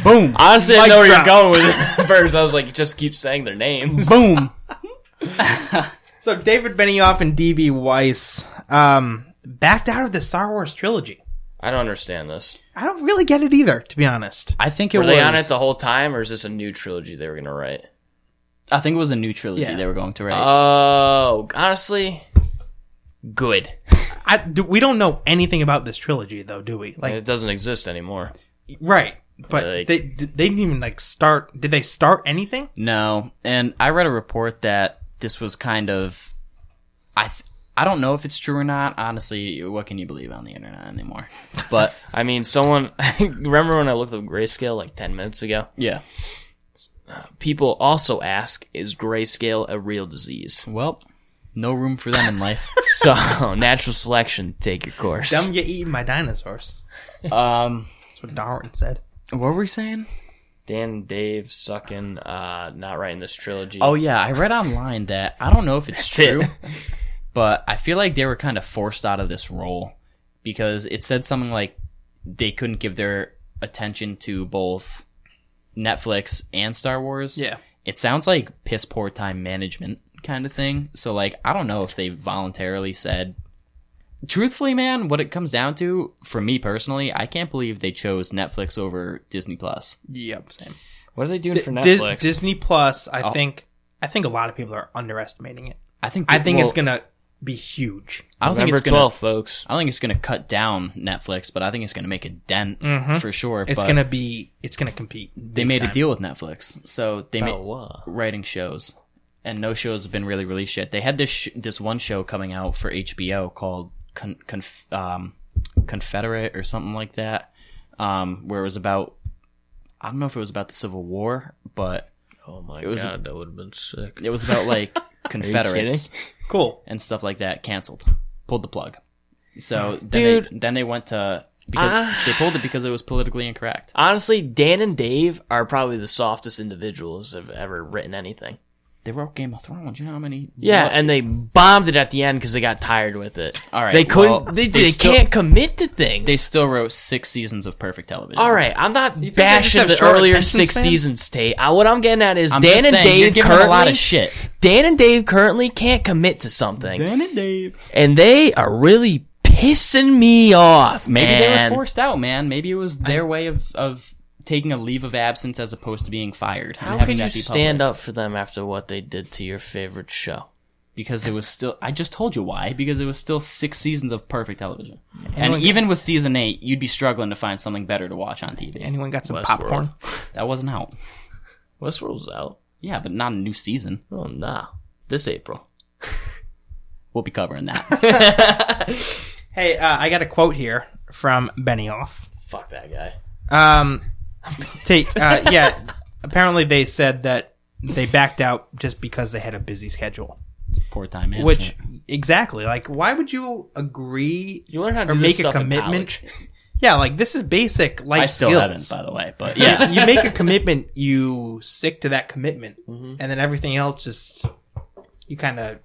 Boom, Honestly, I Mic know where drop. you're going with it at first. I was like, just keep saying their names. boom. so David Benioff and DB Weiss um, backed out of the Star Wars trilogy. I don't understand this. I don't really get it either, to be honest. I think it Were was. they on it the whole time, or is this a new trilogy they were going to write? I think it was a new trilogy Yeah. they were going to write. Oh, honestly, good. I, do, we don't know anything about this trilogy, though, do we? Like, It doesn't exist anymore. right? But Like- they they didn't even like start. Did they start anything? No, and I read a report that this was kind of, I th- I don't know if it's true or not. Honestly, what can you believe on the internet anymore? But I mean, someone remember when I looked up grayscale like ten minutes ago? yeah, People also ask, is grayscale a real disease? well, no room for them in life. So natural selection, take your course. Dumb, you eating my dinosaurs. um, That's what Darwin said. what were we saying? Dan, and Dave, sucking, uh, not writing this trilogy. Oh yeah, I read online that I don't know if it's it. true, but I feel like they were kind of forced out of this role because it said something like they couldn't give their attention to both Netflix and Star Wars. Yeah. It sounds like piss poor time management kind of thing. So like I don't know if they voluntarily said Truthfully, man, what it comes down to, for me personally, I can't believe they chose Netflix over Disney Plus. Yep. Same. what are they doing for Dis- Netflix? Disney Plus. I think. I think a lot of people are underestimating it. I think I think people- it's gonna be huge. I don't November think it's gonna. 12th, folks. I don't think it's gonna cut down Netflix, but I think it's gonna make a dent for sure. Mm-hmm. It's but gonna be. It's gonna compete. They made a deal with Netflix, so they Oh, made what? writing shows, and no shows have been really released yet. They had this sh- this one show coming out for HBO called Con- Conf- um, Confederate or something like that, um, where it was about I don't know if it was about the Civil War, but Oh my was a- god, that would have been sick. it was about like Confederates Cool. and stuff like that. Canceled, pulled the plug. So then they, Dude. then they went to because Ah. they pulled it because it was politically incorrect. Honestly, Dan and Dave are probably the softest individuals that have ever written anything. They wrote Game of Thrones. You know how many? Yeah, and they bombed it at the end because they got tired with it. All right, they couldn't. well, they they they still- can't commit to things. they still wrote six seasons of perfect television. All right, I'm not think they just bashing have the short earlier attention six span? seasons, Tate. I, what I'm getting at is I'm Dan just and saying, you're Dave giving currently a lot of shit. Dan and Dave currently can't commit to something, and Dave. and they are really pissing me off, man. Maybe they were forced out, man. Maybe it was their way of of taking a leave of absence as opposed to being fired. How can you stand up for them after what they did to your favorite show? Because it was still. I just told you why. Because it was still six seasons of perfect television. And even with season eight, you'd be struggling to find something better to watch on TV. Anyone got some Westworld. popcorn? That wasn't out. Westworld's out. Yeah, but not a new season. Oh nah, this April. We'll be covering that. Hey, uh, I got a quote here from Benioff. Fuck that guy. Um, take uh, yeah. Apparently, they said that they backed out just because they had a busy schedule. Poor time management. Which exactly, like, why would you agree? You learn how to or do make this a stuff in commitment. college. Yeah, like this is basic life I still skills. haven't, by the way. But yeah, you make a commitment, you stick to that commitment, and then everything else just you kind of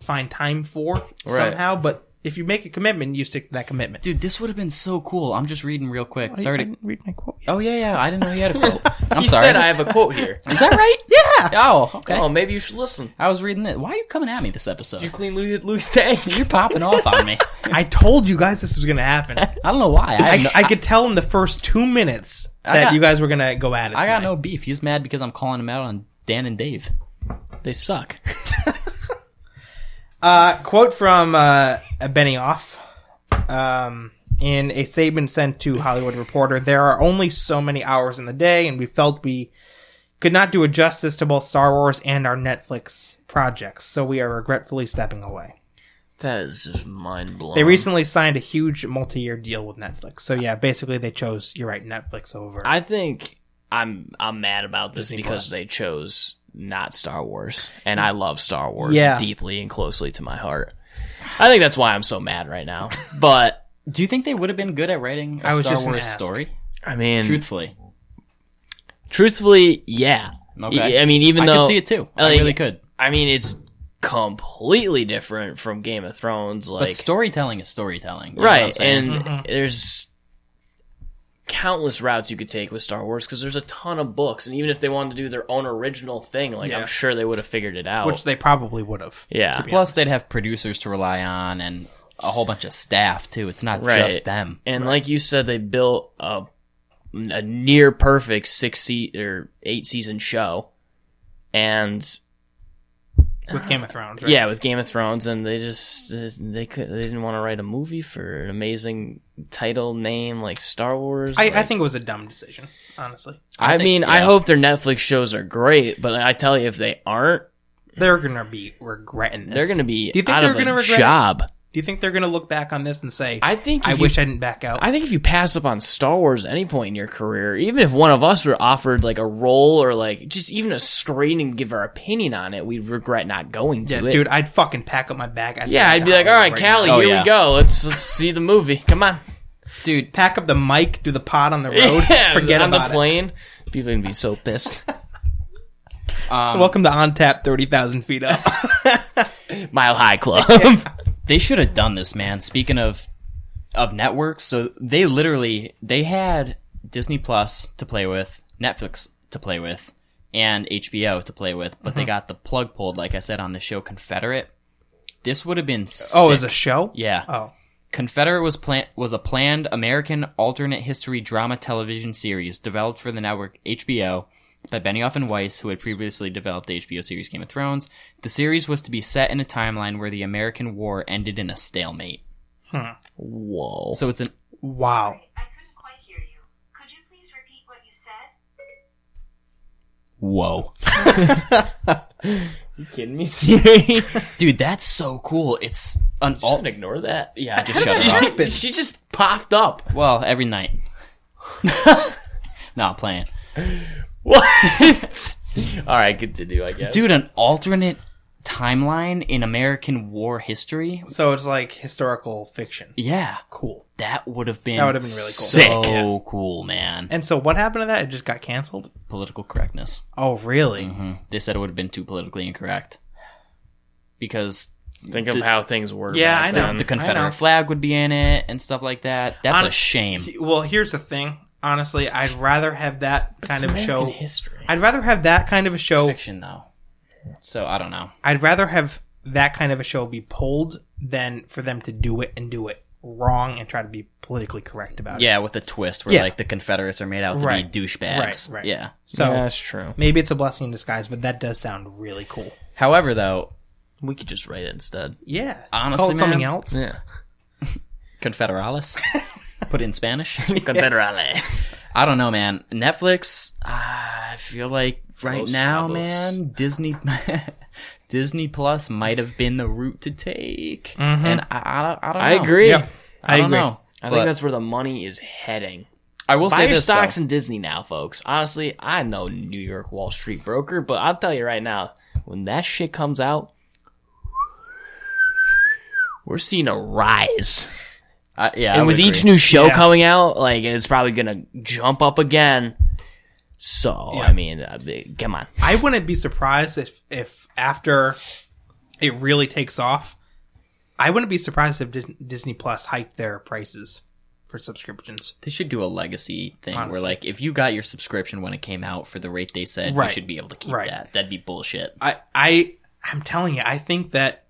find time for somehow. But if you make a commitment, you stick to that commitment. dude, this would have been so cool. I'm just reading real quick. Sorry I to didn't read my quote. Oh yeah, yeah. I didn't know you had a quote. I'm He sorry. said I have a quote here. Is that right? Yeah. Oh, okay. Oh, maybe you should listen. I was reading this. Why are you coming at me this episode? You clean Luke's, Luke's tank. You're popping off on me. I told you guys this was gonna happen. I don't know why. I, I, I could tell in the first two minutes I that got- you guys were gonna go at it. I got tonight. no beef. He's mad because I'm calling him out on Dan and Dave. They suck. uh, quote from uh, Benioff um, in a statement sent to Hollywood Reporter. There are only so many hours in the day, and we felt we could not do a justice to both Star Wars and our Netflix projects, so we are regretfully stepping away. That is just mind blowing. They recently signed a huge multi-year deal with Netflix, so yeah, basically they chose you're right, Netflix over. I think I'm I'm mad about this because Plus. they chose not Star Wars, and I love Star Wars Yeah. deeply and closely to my heart. I think that's why I'm so mad right now. But Do you think they would have been good at writing a I was Star just gonna Wars ask. story? I mean, Truthfully, truthfully, yeah. Okay. I mean, even I though could see it too. I like, really could. I mean, it's completely different from Game of Thrones. Like, but storytelling is storytelling, You know what I'm right saying? and Mm-hmm. there's countless routes you could take with star wars because there's a ton of books and even if they wanted to do their own original thing like Yeah. i'm sure they would have figured it out which they probably would have. yeah plus they'd have producers to rely on and a whole bunch of staff too. It's not Right. just them. and like you said they built a, a near perfect six se- or eight season show and with Game of Thrones. Right? yeah with game of thrones and they just they could they didn't want to write a movie for an amazing title name like star wars I, like- I think it was a dumb decision, honestly. I I, think- mean, I yeah. hope their Netflix shows are great, but I tell you, if they aren't, They're gonna be regretting this. they're going to be Do you think out they're of a gonna regret it? job. Do you think they're gonna look back on this and say, I think. I If you, wish I didn't back out. I think if you pass up on Star Wars at any point in your career, even if one of us were offered like a role or like just even a screen and give our opinion on it, we'd regret not going to yeah, it. dude, I'd fucking pack up my bag. I'd yeah, go I'd to be like, all Hollywood right, Callie, now." Oh, here yeah. we go. Let's let's see the movie. Come on, dude. Pack up the mic, do the pod on the road. Yeah, forget on about the plane. People are gonna be so pissed. it. Welcome to On Tap, thirty thousand feet up. Mile High Club. They should have done this, man. Speaking of of networks, so they literally they had Disney Plus to play with, Netflix to play with, and HBO to play with, Mm-hmm. but they got the plug pulled, like I said on the show Confederate. This would have been sick. oh, is a show? yeah. Oh, Confederate was plan- was a planned American alternate history drama television series developed for the network HBO by Benioff and Weiss, who had previously developed the HBO series Game of Thrones. The series was to be set in a timeline where the American War ended in a stalemate. Whoa. So it's an Wow. I couldn't quite hear you. Could you please repeat what you said? whoa, you kidding me, Siri? dude, that's so cool. It's an all. ignore that. Yeah, just shut it off. Stupid. She just popped up. Well, every night. Not playing, What? All right, continue. I guess, dude. An alternate timeline in American war history. So it's like historical fiction. Yeah, Cool. that would have been That would have been really so cool. Yeah. cool, man. And so what happened to that? It just got canceled. Political correctness. Oh, really? hmm Mm-hmm. They said it would have been too politically incorrect because Think of how things were. Yeah, back Mm, I then. know. the I know. Confederate flag would be in it and stuff like that. That's a Hon- shame. He- Well, here's the thing. Honestly, I'd rather have that kind of a show. American history. I'd rather have that kind of a show. Fiction though, so I don't know. I'd rather have that kind of a show be pulled than for them to do it and do it wrong and try to be politically correct about it. Yeah, with a twist where Yeah. like the Confederates are made out to Right. be douchebags. Right, right. Yeah. So Yeah, that's true. maybe it's a blessing in disguise, but that does sound really cool. However, though, We could just write it instead. Yeah. Honestly, Call it something man. else. Yeah. Confederales. Put it in Spanish. Confederale. I don't know, man. Netflix. ah, I feel like right Los now, Cabos. man, Disney, Disney Plus might have been the route to take, and I, I, don't- I don't. I know. agree. Mm-hmm. Yeah. I, don't agree. know. I But think that's where the money is heading. I will Buy say your this stocks though. in Disney now, folks. Honestly, I'm no New York Wall Street broker, but I'll tell you right now, when that shit comes out, we're seeing a rise. I- yeah, I and would with each agree. new show coming out, like it's probably gonna jump up again. So Yeah. I mean, uh, b- come on, I wouldn't be surprised if if after it really takes off, I wouldn't be surprised if Dis- Disney Plus hiked their prices for subscriptions. they should do a legacy thing Honestly. where like if you got your subscription when it came out for the rate they said, Right. you should be able to keep Right. that. That'd be bullshit. I I I'm telling you, I think that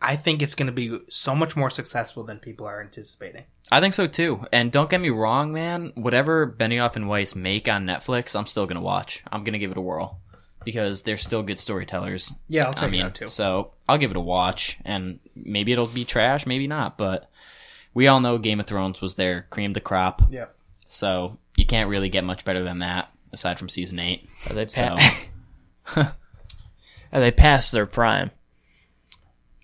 I think it's going to be so much more successful than people are anticipating. I think so too. And don't get me wrong, man. Whatever Benioff and Weiss make on Netflix, I'm still gonna watch. I'm gonna give it a whirl because they're still good storytellers. Yeah, I'll check I it mean, out too. so I'll give it a watch, and maybe it'll be trash, maybe not. But we all know Game of Thrones was their cream de crop, Yeah. so you can't really get much better than that aside from season eight. are they So pa- are Oh, they past their prime?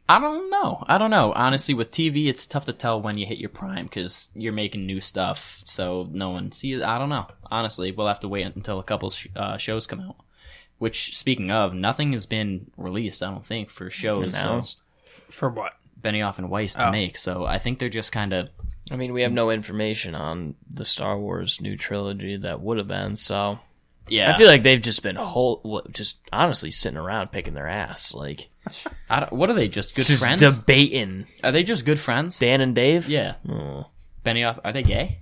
I don't know. I don't know. Honestly, with TV, it's tough to tell when you hit your prime because you're making new stuff, so no one sees. I don't know. Honestly, we'll have to wait until a couple sh- uh, shows come out. Which, speaking of, nothing has been released. I don't think for shows so Announced. For what? Benioff and Weiss to Oh. make. So I think they're just kind of I mean, we have no information on the Star Wars new trilogy that would have been. So yeah. I feel like they've just been whole, what- just honestly sitting around picking their ass, like I don't- what are they? Just good just friends? debating Are they just good friends? Dan and Dave. Hmm. yeah. Benioff, are they gay?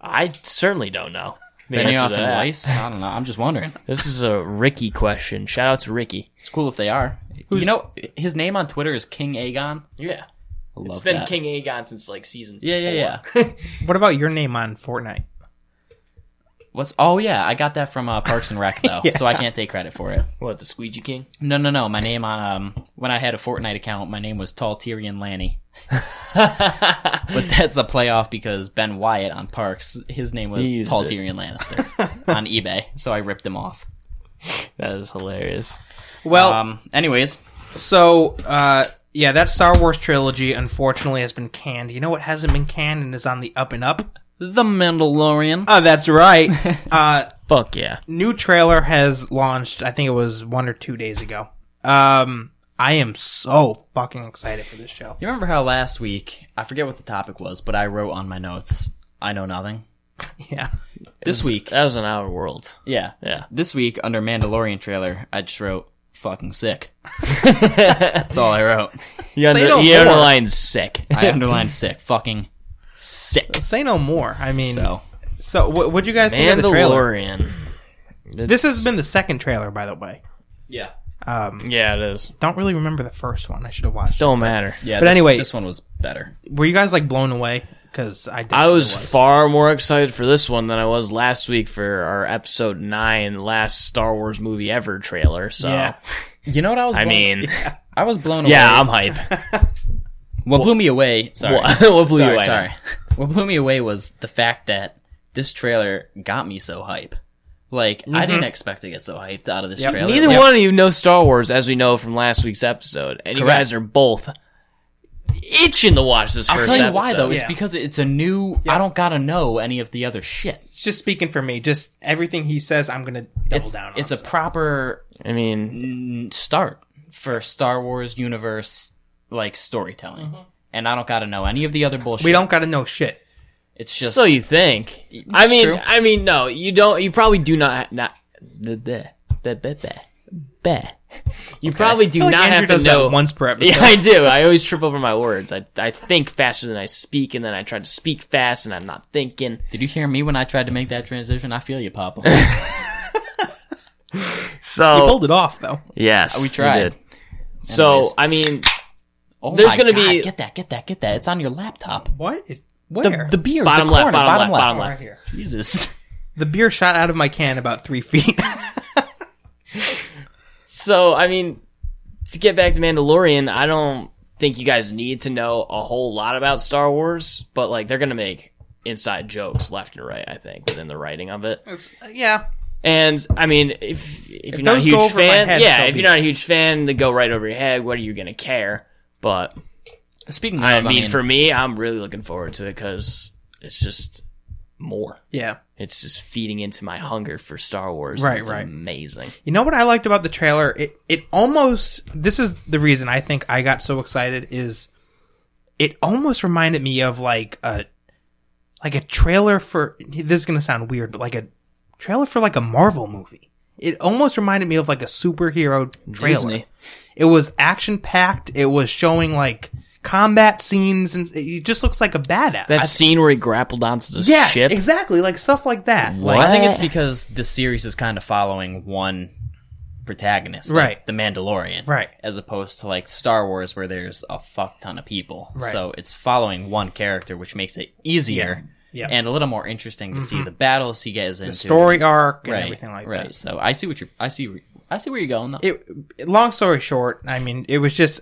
I certainly don't know. the answer Benioff to and that. Weiss? I don't know. I'm just wondering. This is a Ricky question. Shout out to Ricky. It's cool if they are. you know, his name on Twitter is King Aegon. Yeah, I love it's been that. King Aegon since like season. Yeah, yeah, four. yeah. What about your name on Fortnite? What's? Oh yeah, I got that from uh, Parks and Rec though, so I can't take credit for it. What the Squeegee King? No, no, no. My name on um when I had a Fortnite account, my name was Tall Tyrion Lanny. but that's a playoff because Ben Wyatt on Parks, his name was He used Tall it. Tyrion Lannister on eBay, so I ripped him off. That is hilarious. Well, Um. Anyways, so uh yeah, that Star Wars trilogy unfortunately has been canned. You know what hasn't been canned and is on the up and up? The Mandalorian. Oh, that's right. uh Fuck yeah. new trailer has launched. I think it was one or two days ago. Um, I am so fucking excited for this show. You remember how last week, I forget what the topic was, but I wrote on my notes, I know nothing. Yeah, This week, That was an hour world. yeah. Yeah. This week, under Mandalorian trailer, I just wrote, fucking sick. That's all I wrote. You, Say under, no you more. underlined sick. I underlined sick. Fucking sick. say no more. I mean, so, So, what would you guys think of the trailer? Mandalorian. This has been the second trailer, by the way. yeah. Um, Yeah, it is. don't really remember the first one. I should have watched. Don't matter. Yeah, But this- anyway- this one was better. Were you guys like blown away because I I definitely was far more excited for this one than I was last week for our episode nine last Star Wars movie ever trailer. So Yeah. You know what I was? I blown- mean, yeah, I was blown away. I'm hype. What blew me away? Sorry, What- what blew you sorry, away? Sorry. What blew me away was the fact that this trailer got me so hype. Like I didn't expect to get so hyped out of this trailer. Neither one of you know Star Wars as we know from last week's episode, and you Correct. guys are both itching to watch this. I'll first tell you why episode. though. It's Yeah. because it's a new. I don't gotta know any of the other shit. just speaking for me. Just everything he says, I'm gonna double It's, down. on. it's a proper I mean, mm, start for Star Wars universe like storytelling, and I don't gotta know any of the other bullshit. we don't gotta know shit. It's just so you think? I mean, true. I mean, no, you don't. You probably do not not the the the the the. the. You probably do I feel not like Andrew have to does know that once per episode. Yeah, I do. I always trip over my words. I, I think faster than I speak, and then I try to speak fast, and I'm not thinking. Did you hear me when I tried to make that transition? I feel you, Papa. He So pulled it off though. yes, we tried. did. So Anyways. I mean, Oh my There's gonna God, be- get that, get that, get that. It's on your laptop. What? It, The, where? the beer, Bottom the left, corner, bottom bottom, left, left, bottom left. right here. Jesus, The beer shot out of my can about three feet. so I mean, to get back to Mandalorian, I don't think you guys need to know a whole lot about Star Wars, but like they're gonna make inside jokes left and right. I think within the writing of it. It's- uh, yeah. And I mean, if if, you're not a those go huge over my fan, head, yeah, so if be you're not a huge fan, they go right over your head. What are you gonna care? But Speaking of, I mean, for me, I'm really looking forward to it because it's just more. Yeah. It's just feeding into my hunger for Star Wars. and Right, it's right. Amazing. You know what I liked about the trailer? It it almost this is the reason I think I got so excited is it almost reminded me of like a like a trailer for this is going to sound weird, but like a trailer for like a Marvel movie. It almost reminded me of like a superhero trailer. Disney. It was action packed. It was showing like combat scenes and it just looks like a badass. That scene where he grappled onto the yeah, ship. exactly, like stuff like that. Like, I think it's because the series is kind of following one protagonist, like Right. the Mandalorian, Right. as opposed to like Star Wars, where there's a fuck ton of people. Right. So it's following one character, which makes it easier Yeah. Mm-hmm. and a little more interesting to see the battles he gets into, story arc and right, everything like right. that. So I see what you're, I see, where- I see where you're going though. it long story short i mean it was just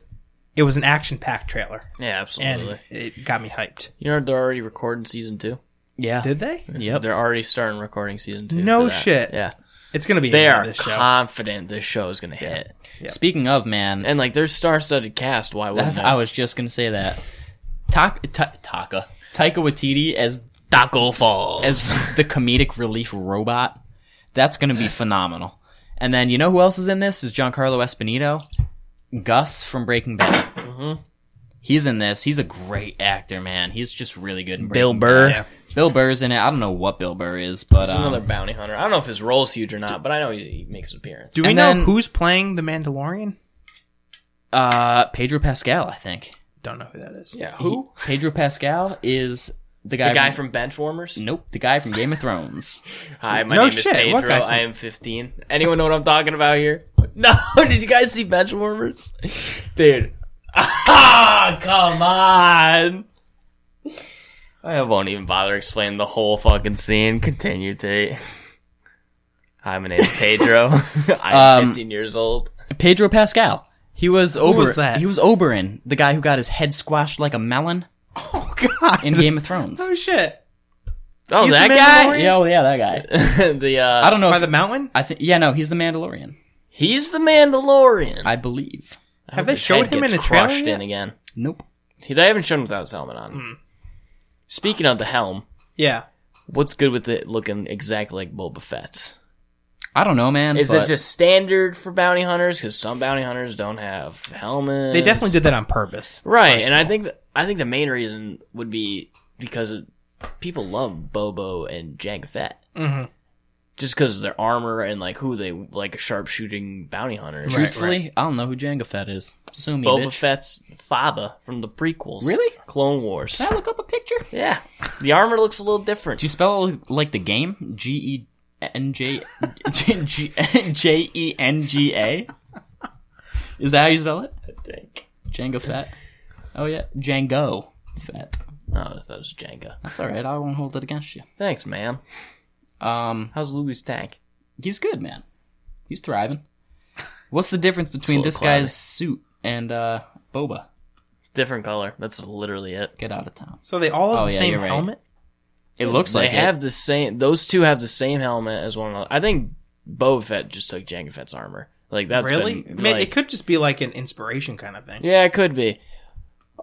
it was an action packed trailer Yeah, and absolutely. it got me hyped You know they're already recording season two. yeah. did they Yep. They're already starting recording season two. No for that. shit. Yeah, it's gonna be they in are this show confident this show is gonna hit. Speaking of man, And like their star-studded cast. Why wouldn't I they? was just gonna say that. Ta- ta- Taka Taika Waititi as Taco Falls. as the comedic relief robot. That's gonna be phenomenal. And then you know who else is in this is Giancarlo Esposito, Gus from Breaking Bad. Mm-hmm. He's in this. He's a great actor, man. He's just really good. In Breaking Bill Bad. Burr. Yeah. Bill Burr's in it. I don't know what Bill Burr is, but He's um, another bounty hunter. I don't know if his role's huge or not, but I know he, he makes an appearance. do we and know then- who's playing the mandalorian uh, Pedro Pascal, I think. don't know who that is Yeah, He- Pedro Pascal is the guy. The guy from Benchwarmers. Nope, the guy from Game of Thrones. Hi, my No name shit, is what Pedro. guy from- I am 15. Anyone know what I'm talking about here? No, did you guys see Benchwarmers? Dude. Ah, come on. I won't even bother explaining the whole fucking scene. Continue, Tate. Hi, my name is Pedro. I'm Um, 15 years old. Pedro Pascal. He was Ober- was that? He was Oberon, the guy who got his head squashed like a melon oh god in Game of Thrones. oh shit Oh, he's the that guy? Yeah, oh yeah, that guy. the, uh, I don't know. by If, the mountain I think yeah, no, he's the Mandalorian, he's the Mandalorian. I believe. have they His showed head him in gets the trailer crushed yet? Hmm. in again. Nope. He- They haven't shown him without his helmet on. Speaking of the helm, yeah what's good with it looking exactly like Boba Fett's? I don't know, man. Is but it just standard for bounty hunters? Because some bounty hunters don't have helmets. they definitely did that on purpose Right, and I think th- I think the main reason would be because it- people love Bobo and Jango Fett. Mhm. Just because of their armor and like who they like sharpshooting bounty hunters. Right. truthfully? I don't know who Jango Fett is. Sue me, Boba bitch. Fett's father from the prequels. Really? Clone Wars. Can I look up a picture? Yeah. The armor looks a little different. Do you spell it like the game? G E N J G- J E N G A. Is that how you spell it? think. Jango Fett. Oh yeah, Django Fett. Oh, that was Jenga. That's all right. I won't hold it against you. Thanks, man. Um, How's Louis Tank? he's good, man. He's thriving. What's the difference between little this cloudy. guy's suit and uh, Boba? Different color. That's literally it. Get out of town. So they all have Oh, the yeah, same you're right. helmet. It looks they like it. have the same. Those two have the same helmet as one another. I think Boba Fett just took Jango Fett's armor. Like that's really? been, I mean, like- it could just be like an inspiration kind of thing. yeah, it could be.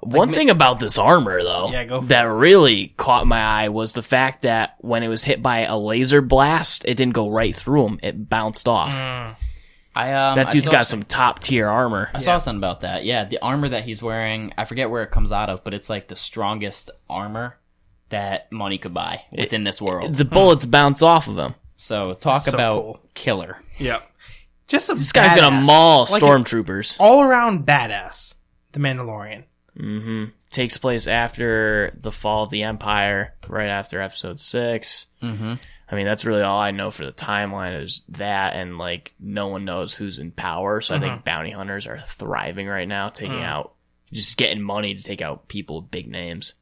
One thing about this armor, though, Yeah, go for that really caught my eye was the fact that when it was hit by a laser blast, it didn't go right through him; it bounced off. I um, that Mm. I dude's saw got some top tier armor. I saw something about that. Yeah, the armor that he's wearing, I forget where it comes out of, but it's like the strongest armor that money could buy within this world. The bullets bounce off of him. So talk so about cool. killer. Yeah. Just a This guy's gonna badass. maul Like an stormtroopers. all around badass. The Mandalorian. hmm Takes place after the fall of the Empire, right after Episode Six. Mm-hmm. I mean, that's really all I know for the timeline is that, and like no one knows who's in power. So I think bounty hunters are thriving right now, taking out, just getting money to take out people with big names.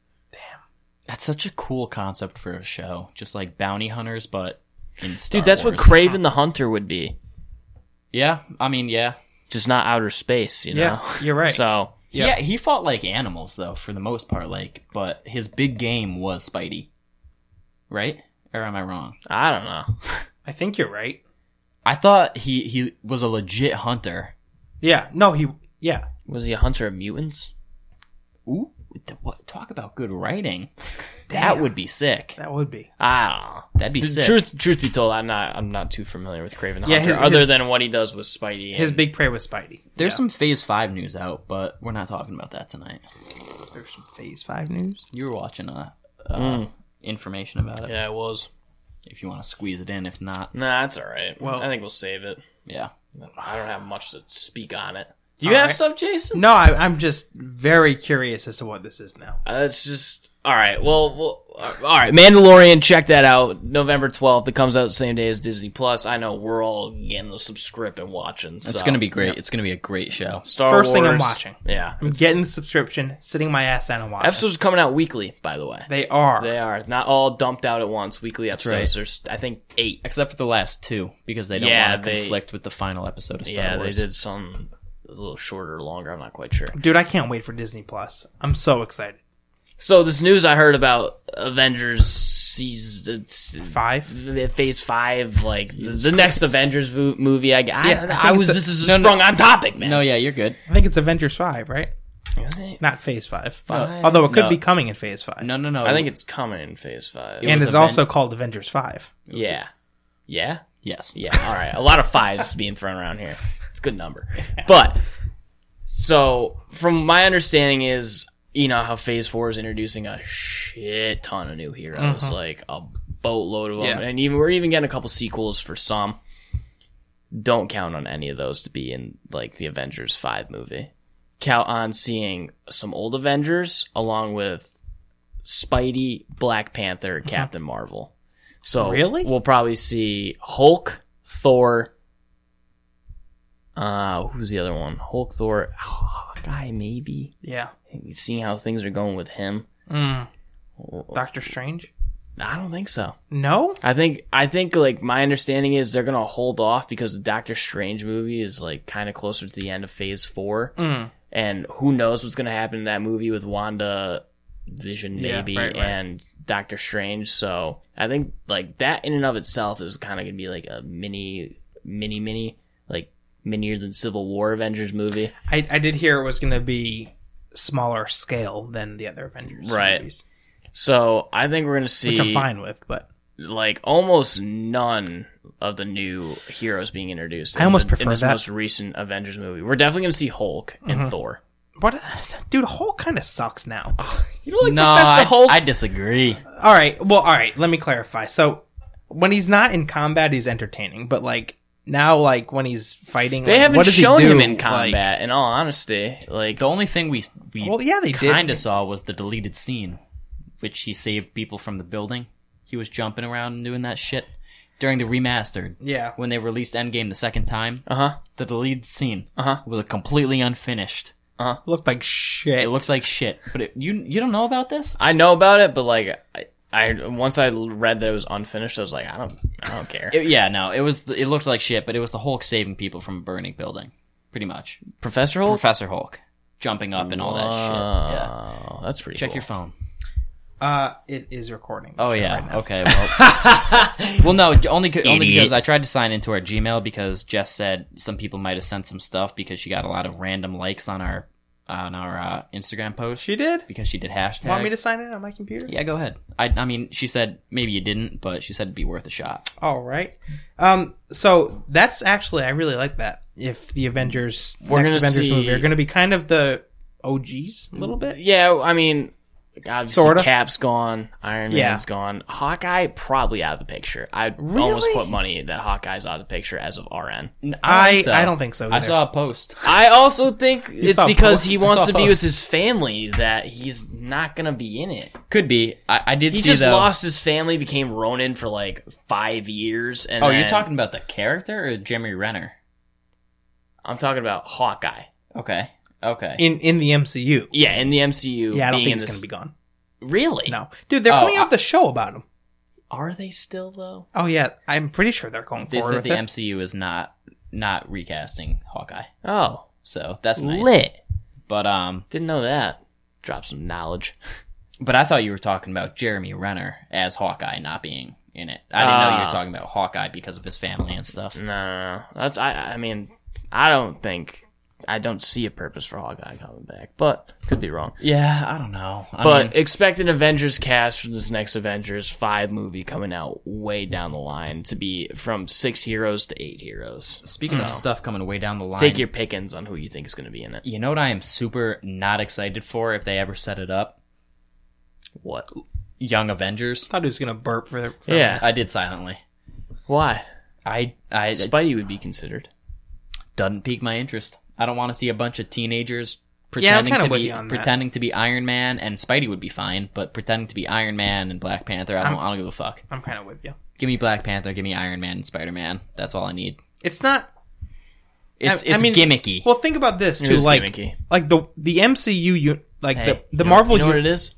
That's such a cool concept for a show, just like bounty hunters, but in Star Dude, that's what Wars. Craven the Hunter would be, yeah, I mean, yeah, just not outer space, you know? Yeah, you're right. So Yeah. yeah. He fought like animals though, for the most part. Like, but his big game was Spidey, right? Or am I wrong? I don't know. I think you're right. I thought he he was a legit hunter. Yeah. No, he. Yeah. Was he a hunter of mutants? Ooh, th- what, talk about good writing. That would be sick. That would be. I don't know. That'd be Th- sick. Truth, truth be told, I'm not. I'm not too familiar with Craven the Yeah, Hunter, his- other his- than what he does with Spidey. His and- big prey was Spidey. There's Yeah. some Phase Five news out, but we're not talking about that tonight. There's some Phase Five news. You were watching uh, uh, information about it. yeah, it was. If you want to squeeze it in, if not, Nah, that's all right. Well- Well, I think we'll save it. yeah. I don't have much to speak on it. Do you have right. stuff, Jason? No, I, I'm just very curious as to what this is now. Uh, it's just all right. Well, well, uh, all right. Mandalorian, check that out. November twelfth. It comes out the same day as Disney Plus. I know we're all getting the subscript and watching. It's gonna be great. It's gonna be a great show. Star First thing I'm Wars. watching. Yeah, I'm it's- getting the subscription, sitting my ass down and watching. episodes are coming out weekly. By the way, They are. they are not all dumped out at once. Weekly right. episodes. There's I think eight. Except for the last two, because they don't Yeah, want to they- conflict with the final episode of Star yeah, Wars. they did some a little shorter, longer. I'm not quite sure. Dude, I can't wait for Disney Plus. I'm so excited. So this news I heard about Avengers season it's- Five. Phase Five, like the the next Avengers vo- movie. I, I, Yeah, I I, think was. it's a- this is no, no. sprung on topic, man. No, yeah, you're good. I think it's Avengers Five, right? Is it? Not Phase Five. Uh, Five? Although it could No. be coming in Phase Five. No, no, no. I think it's coming in Phase Five. and was it's Aven- also called Avengers Five. yeah, yeah, yes. yeah. All right, a lot of fives being thrown around here. It's a good number, but so from my understanding is you know how Phase Four is introducing a shit ton of new heroes, like a boatload of them, Mm-hmm. Yeah. and even we're even getting a couple sequels for some. Don't count on any of those to be in like the Avengers Five movie. Count on seeing some old Avengers along with Spidey, Black Panther, Captain Marvel. So Really? we'll probably see Hulk, Thor. Uh, who's the other one? Hulk, Thor, Hawkeye, maybe. Yeah. Seeing how things are going with him, Mm. Doctor Strange. I don't think so. No. I think I think like my understanding is they're gonna hold off because the Doctor Strange movie is like kind of closer to the end of Phase Four, Mm. and who knows what's gonna happen in that movie with Wanda, Vision Yeah, maybe, right, right. and Doctor Strange. So I think like that in and of itself is kind of gonna be like a mini, mini, mini, like minier than Civil War Avengers movie. I, I did hear it was going to be smaller scale than the other Avengers Right. movies, So I think we're gonna see which I'm fine with. But like almost none of the new heroes being introduced. I almost in the, prefer in this that. Mm-hmm. most recent Avengers movie. We're definitely going to see Hulk and Thor. what, dude? Hulk kind of sucks now. You don't like No, Professor I, Hulk? I disagree. all right. Well, all right. Let me clarify. So when he's not in combat, he's entertaining. But like now, like when he's fighting, they like, haven't what does he shown do? him in Like, combat. in all honesty, like The only thing we we well, yeah, they did. kind of saw was the deleted scene, which he saved people from the building. He was jumping around and doing that shit during the remastered. Yeah. When they released Endgame the second time, uh huh, the deleted scene Uh-huh. was completely unfinished Uh-huh. Looked like shit. It looks like shit. But it, you you don't know about this? I know about it, but like I, I once I read that it was unfinished, I was like, I don't, I don't care. It- yeah, no. It was it looked like shit, but it was the Hulk saving people from a burning building, pretty much. Professor Hulk. Professor Hulk jumping up and all that shit. Yeah. Oh, that's pretty. Check cool. your phone. Uh, it is recording. Oh yeah. okay. Well, well, no. Only c- only because I tried to sign into our Gmail because Jess said some people might have sent some stuff because she got a lot of random likes on our on our uh, Instagram post. She did? because she did hashtags. Want me to sign in on my computer? yeah, go ahead. I I mean, she said maybe you didn't, but she said it'd be worth a shot. All right. Um, so that's actually I really like that. If the Avengers We're next gonna Avengers see- movie are going to be kind of the OGs a little bit. Yeah, I mean, obviously Sorta. Cap's gone, Iron Yeah. Man's gone, Hawkeye probably out of the picture. I'd almost Really? put money that Hawkeye's out of the picture as of RN. N- I think so. I don't think so. I either. saw a post. I also think it's saw because he posts. I wants saw to be with posts. his family that he's not gonna be in it. Could be. I, I did He see just though- lost his family, became Ronin for like five years, and Oh, then- you're talking about the character or Jeremy Renner? I'm talking about Hawkeye. Okay. Okay. in in the MCU. Yeah, in the MCU. Yeah, I don't being think in it's this- going to be gone. Really? No, dude, they're Oh, coming I- off the show about him. Are they still though? Oh yeah, I'm pretty sure they're going they forward said with the it. MCU is not not recasting Hawkeye, Oh, so that's nice. lit. But um, Didn't know that. Drop some knowledge. but I thought you were talking about Jeremy Renner as Hawkeye not being in it. I didn't know you Ah. were talking about Hawkeye because of his family and stuff. No, no, no. That's I. I mean, I don't think I don't see a purpose for Hawkeye coming back, but could be wrong. Yeah, I don't know. I But mean, expect an Avengers cast from this next Avengers five movie coming out way down the line to be from six heroes to eight heroes. speaking of stuff coming way down the line, Take your pickings on who you think is going to be in it. You know what I am super not excited for if they ever set it up? What? Young Avengers. thought he was going to burp for. for Yeah. I did silently. Why? I I it Spidey would be considered. doesn't pique my interest. I don't want to see a bunch of teenagers Yeah, I'm pretending kinda to with be you on that. pretending to be Iron Man and Spidey would be fine, but pretending to be Iron Man and Black Panther, I don't, I don't give a fuck. I'm kind of with you. Give me Black Panther, give me Iron Man and Spider Man. That's all I need. It's not. It's I- I it's mean, gimmicky. Well, think about this It too. is Like, gimmicky. like the the MCU, you like Hey, the the Marvel, You know what u- it is?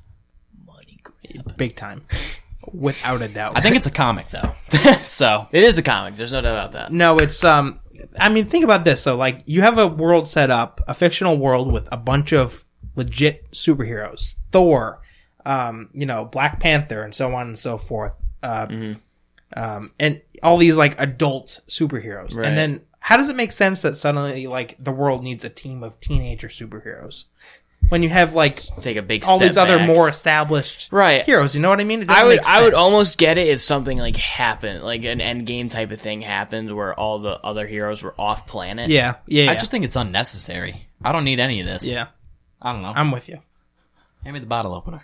big time, without a doubt. I think it's a comic though, so It is a comic. There's no doubt about that. No, it's um. I mean, think about this. So, like, you have a world set up, a fictional world with a bunch of legit superheroes, Thor, um, you know, Black Panther, and so on and so forth. Uh, um, and all these like adult superheroes, Mm-hmm. Right. and then how does it make sense that suddenly like the world needs a team of teenager superheroes when you have like Take a big all step these other back. more established Right. heroes? You know what I mean? It doesn't I would make I would sense. almost get it if something like happened, like an end game type of thing happened where all the other heroes were off planet. yeah yeah yeah. I just think it's unnecessary. I don't need any of this. yeah. I don't know. I'm with you. Hand me the bottle opener.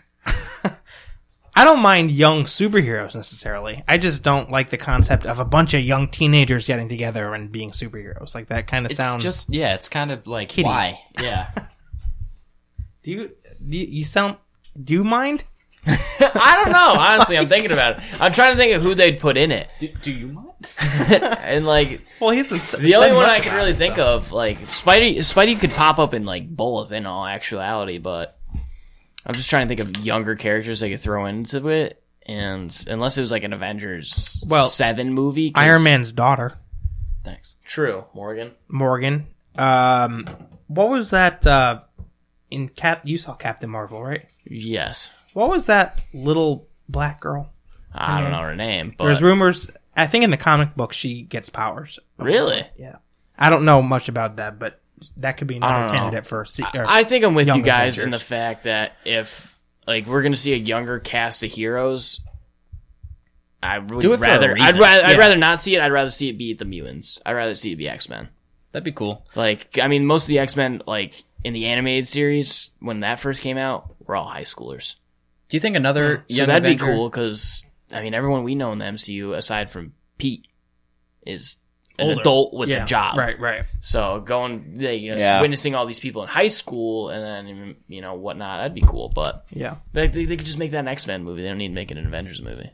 I don't mind young superheroes necessarily. I just don't like the concept of a bunch of young teenagers getting together and being superheroes. Like that kind of It's sounds. just yeah, it's kind of like why? Yeah. do you do you, you sound do you mind? I don't know. Honestly, I'm thinking about it. I'm trying to think of who they'd put in it. do, do you mind? And like Well, he's the the only one I could really think of, like Spidey Spidey could pop up in like both in all actuality, but I'm just trying to think of younger characters they could throw into it. And unless it was like an Avengers Well, seven movie, 'cause- Iron Man's daughter, Thanks. True, Morgan. Morgan. Um, what was that? Uh, in Cap, you saw Captain Marvel, right? Yes, What was that little black girl? Mm-hmm. I don't know her name, but There's rumors. I think in the comic book she gets powers. Really? Yeah. I don't know much about that, but that could be another don't know. candidate for. se- or- I think I'm with Young you guys in the Avengers. fact that if like we're gonna see a younger cast of heroes, I would Do it for a rather I'd reason. rather I'd Yeah. rather not see it. I'd rather see it be the mutants. I'd rather see it be X Men. That'd be cool. Like I mean, most of the X Men like in the animated series when that first came out, were all high schoolers. Do you think another? So young that'd Avenger- be cool because I mean, everyone we know in the MCU aside from Pete is an Older. adult with yeah, a job, Right, right. So going, they, you know, Yeah. witnessing all these people in high school and then you know whatnot, that'd be cool. But Yeah. they, they, they could just make that an X Men movie. They don't need to make it an Avengers movie.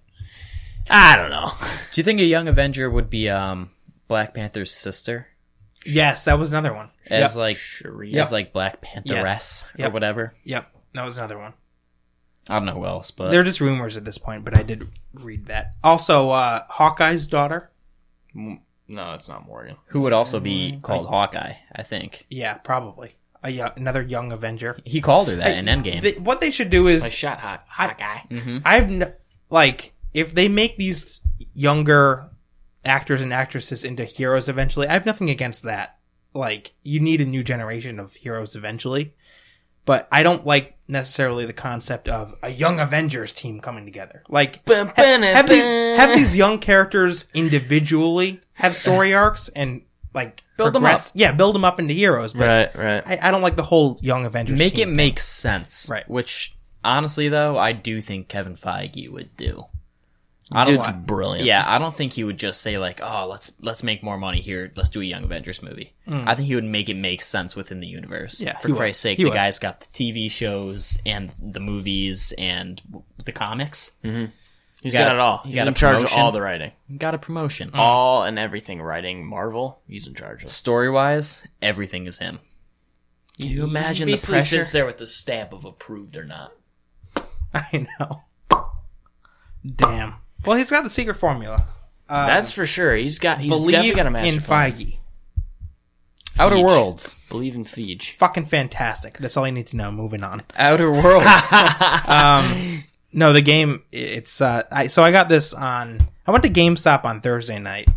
I don't know. Do you think a young Avenger would be um, Black Panther's sister? Yes, that was another one. as uh, Yep. like Shuri. Yep. as like Black Pantheress or Yep. whatever. Yep, that was another one. I don't know who else, but They're just rumors at this point, but I did read that. Also, uh, Hawkeye's daughter. No, it's not Morgan. who would also be called Hawkeye? I think Yeah, probably a young, another young Avenger. he called her that in Endgame. Th- what they should do is Like shot hot, hot guy. I've n- like if they make these younger actors and actresses into heroes eventually, I have nothing against that. Like you need a new generation of heroes eventually, but I don't like necessarily the concept of a young Avengers team coming together. Like ha- Bum, bum, have these bum. have these young characters individually have story arcs and like Build 'em up. Yeah, build them up into heroes. But Right, right. I, I don't like the whole young Avengers. make it team make sense, Right. Which honestly, though, I do think Kevin Feige would do. I don't. Dude's brilliant. yeah, I don't think he would just say like, "Oh, let's let's make more money here. Let's do a Young Avengers movie." I think he would make it make sense within the universe. Yeah, for he would. Christ's sake, He the would. guy's got the TV shows and the movies and the comics. He's Got got, a- it all. he He's got in a charge of promotion. all the writing, Got a promotion. all and everything writing. Marvel, he's in charge of. Story wise, everything is him. Can you imagine the Basically pressure? sits there with the stamp of approved or not. I know. Damn. Well, he's got the secret formula. Um, That's for sure. He's got. He's definitely believe got a master in plan. Feige. Outer Feige. Worlds. Believe in Feige. Fucking fantastic. That's all you need to know. Moving on. Outer Worlds. Um, no, the game. It's uh, I so I got this on. I went to GameStop on Thursday night.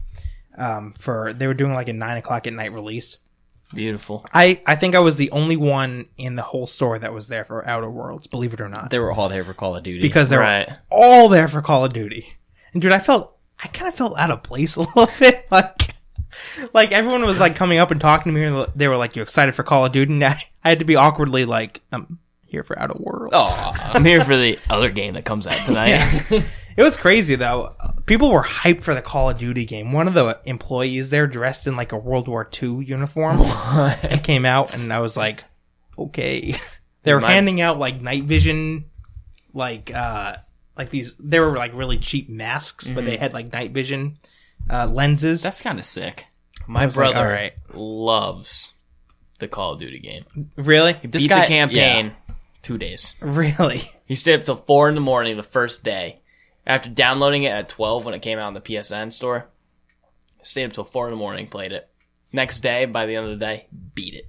Um, for they were doing like a nine o'clock at night release. Beautiful. I I think I was the only one in the whole store that was there for Outer Worlds. Believe it or not, they were all there for Call of Duty. because they were Right. all there for Call of Duty. And dude, I felt I kind of felt out of place a little bit. Like, like everyone was like coming up and talking to me, and they were like, "You excited for Call of Duty?" And I, I had to be awkwardly like, "I'm here for Outer Worlds." oh, I'm here for the other game that comes out tonight. It was crazy though. People were hyped for the Call of Duty game. One of the employees there, dressed in like a World War II uniform, and came out, and I was like, "Okay." They were My- handing out like night vision, like uh, like these. They were like really cheap masks, but they had like night vision uh, lenses. Mm-hmm. that's kind of sick. My was like, brother alright. loves the Call of Duty game. really, He beat guy- the campaign two days. really. He stayed up till four in the morning the first day. After downloading it at twelve when it came out in the PSN store, stayed up till four in the morning, played it. Next day, by the end of the day, beat it.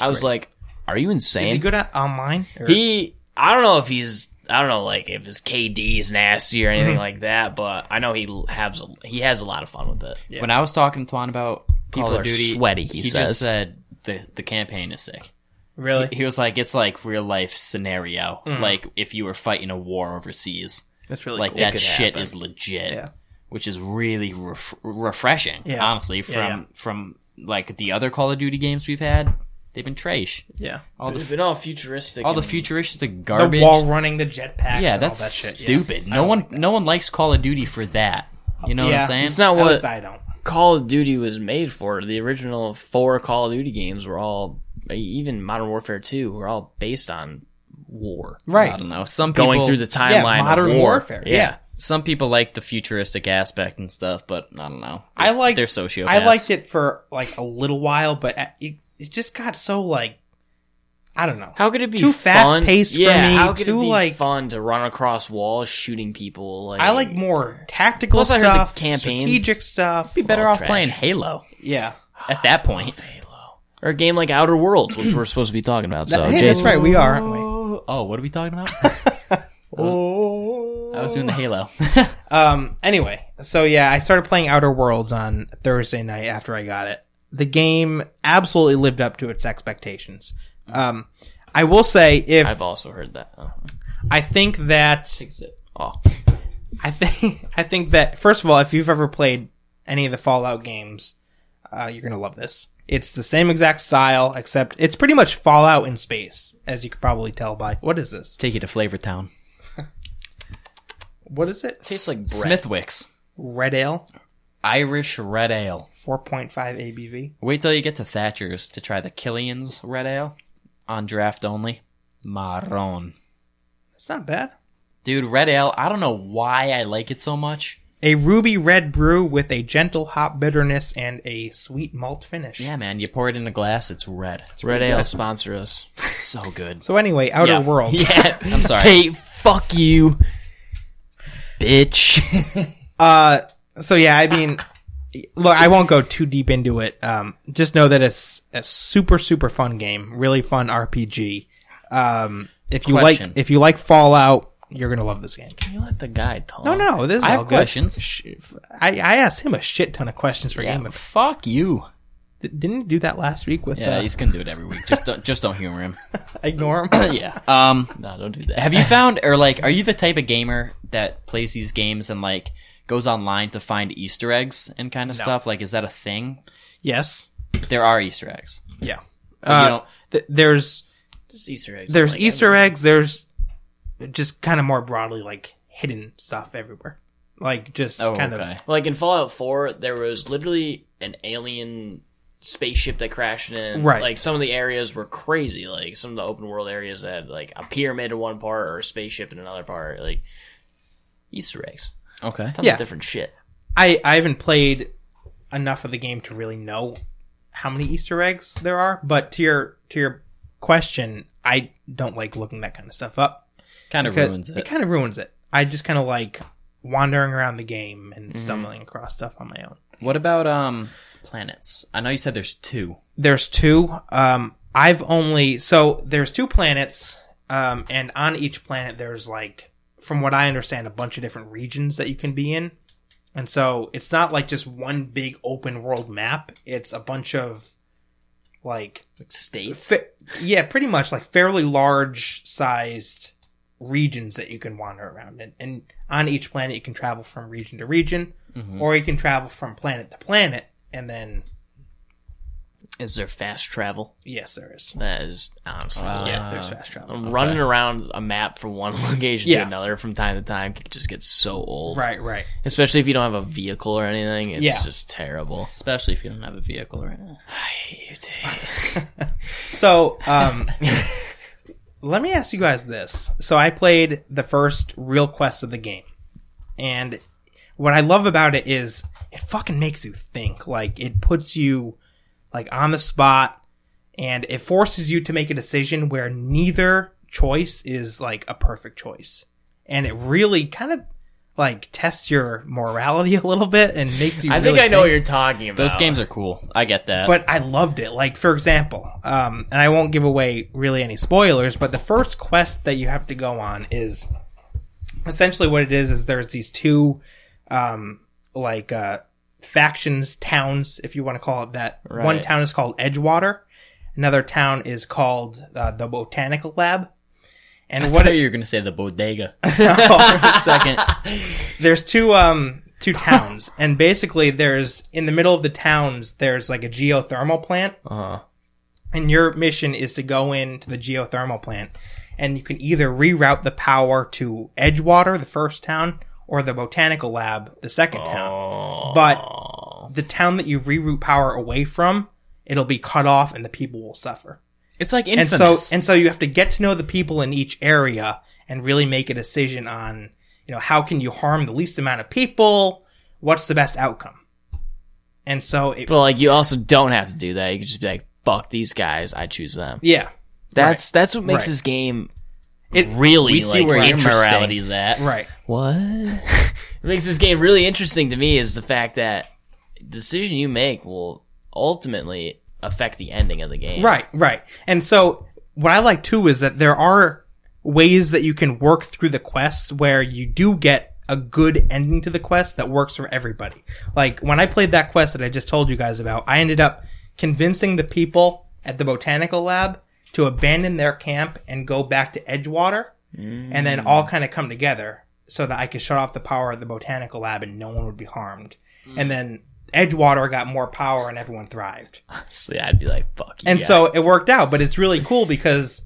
I was like, "Are you Is he insane?" good at online? Or- He, I don't know if he's, I don't know, like if his KD is nasty or anything like that, but I know he l- has, a, he has a lot of fun with it. When I was talking to Juan about Call People of are Duty, sweaty, he just says. said the the campaign is sick. really? He was like, it's like real life scenario, Mm-hmm. like if you were fighting a war overseas, That's really like cool. that could shit happen. is legit, Yeah. which is really ref- refreshing, Yeah. honestly. From Yeah, yeah. from like the other Call of Duty games we've had, they've been trash. Yeah. All the They've been all futuristic. all the and- futuristic The garbage. wall running, the jetpacks. yeah, and all that's that shit. Yeah. stupid. No one no one likes Call of Duty for that. You know what Yeah. I'm saying? It's not At least what I don't. Call of Duty was made for. The original four Call of Duty games were all, even Modern Warfare 2, were all based on war. I Right. don't know. Some people, Going through the timeline. Yeah, of modern war. warfare. Yeah. some people like the futuristic aspect and stuff, but I don't know. I They're- liked- they're sociopaths. I liked it for like a little while, but uh, it, it just got so like I don't know. How could it be Too fun? fast-paced for yeah, me, How could too, it be like- fun to run across walls shooting people? Like I like more tactical Plus, I heard the stuff, campaigns- strategic stuff. Be better All off trash. playing Halo Yeah, at that point. or a game like Outer Worlds, which we're supposed to be talking about. So, hey, Oh, that's Jason, right. We are, aren't Oh, what are we talking about? we? I was doing the Halo. Oh. Um. Anyway, so yeah, I started playing Outer Worlds on Thursday night after I got it. The game absolutely lived up to its expectations. Um, I will say if Mm. I've also heard that. Oh, I think that oh. I think I think that first of all, if you've ever played any of the Fallout games, uh, you're gonna love this. It's the same exact style, except it's pretty much Fallout in space, as you could probably tell by what is this? Take you to Flavor Town. What is it? tastes like bread. Smithwick's Red Ale, Irish Red Ale. four point five ABV. Wait till you get to Thatcher's to try the Killian's Red Ale on draft only. Marron. That's not bad. Dude, Red Ale, I don't know why I like it so much. A ruby red brew with a gentle hop bitterness and a sweet malt finish. Yeah, man. You pour it in a glass, it's red. It's Red Ale sponsor us. so good. So anyway, Outer Yeah. Worlds. Yeah. I'm sorry. Tate, fuck you, bitch. Uh, so yeah, I mean, look, I won't go too deep into it. Um, just know that it's a super super fun game, really fun RPG. Um, if you Question. like if you like Fallout, you're gonna love this game. you let the guy talk. No, no, this is Oh. I have all good. questions. Sh- I, I asked him a shit ton of questions for Game of. fuck you. D- Didn't he do that last week with? Yeah, uh, he's gonna do it every week. Just don't, just don't humor him. ignore him. yeah. Um. no, don't do that. Have you found or like are you the type of gamer that plays these games and like goes online to find Easter eggs and kind of stuff? Like, is that a thing? yes. There are Easter eggs. Yeah. you Uh, don't- th- there's There's Easter eggs. there's Like, Easter eggs. There's just kind of more broadly like hidden stuff everywhere. Like just Oh, kind okay. of Like in Fallout 4, there was literally an alien spaceship that crashed in. Right. Like some of the areas were crazy. Like some of the open world areas that had like a pyramid in one part or a spaceship in another part. Like Easter eggs. Okay. Tons Yeah. of different shit. I I haven't played enough of the game to really know how many Easter eggs there are. But to your to your question, I don't like looking that kind of stuff up. Kind of Because ruins it. kind of ruins it. I just kind of like wandering around the game Mm-hmm. and stumbling across stuff on my own. What about um planets? I know you said there's two. There's two. Um, I've only so there's two planets, um, and on each planet there's like, from what I understand, a bunch of different regions that you can be in, and so it's not like just one big open world map. It's a bunch of like Like states. fa- yeah, pretty much like fairly large sized regions that you can wander around in. And on each planet, you can travel from region to region, or you can travel from planet to planet. And then, Is there fast travel? yes, there is. That is honestly. yeah, yeah. there's fast travel. I'm running around a map from one location Yeah. to another from time to time could just get so old. Right, right. Especially if you don't have a vehicle or anything. It's Yeah. just terrible. Especially if you don't have a vehicle right now. I hate you, Tate. So, um, let me ask you guys this. So, I played the first real quest of the game, and what I love about it is it fucking makes you think. Like, it puts you like on the spot, and it forces you to make a decision where neither choice is like a perfect choice, and it really kind of like tests your morality a little bit and makes you. I think really I know think. what you're talking about. Those games are cool. I get that. but I loved it. Like for example, um, and I won't give away really any spoilers, but the first quest that you have to go on is essentially what it is is there's these two um, like uh, factions, towns, if you want to call it that. One Right. town is called Edgewater, another town is called uh, the Botanical Lab. And what what are it, you gonna say? The bodega. oh, Second. there's two um two towns, and basically there's in the middle of the towns there's like a geothermal plant Uh-huh. and your mission is to go into the geothermal plant and you can either reroute the power to edgewater the first town or the botanical lab the second town but the town that you reroute power away from it'll be cut off and the people will suffer It's like and infamous. so and so you have to get to know the people in each area and really make a decision on you know how can you harm the least amount of people what's the best outcome and so it, But like, you also don't have to do that. You can just be like, "Fuck these guys. I choose them." yeah That's that's what makes Right. this game It- really we see like, where your interesting. morality's at. right What? what makes this game really interesting to me is the fact that the decision you make will ultimately affect the ending of the game. Right, right. And so what I like too is that there are ways that you can work through the quests where you do get a good ending to the quest that works for everybody. Like when I played that quest that I just told you guys about, I ended up convincing the people at the botanical lab to abandon their camp and go back to Edgewater and then all kind of come together so that I could shut off the power at the botanical lab and no one would be harmed. And then Edgewater got more power and everyone thrived. So yeah, I'd be like, "Fuck." And yeah. so it worked out, but it's really cool because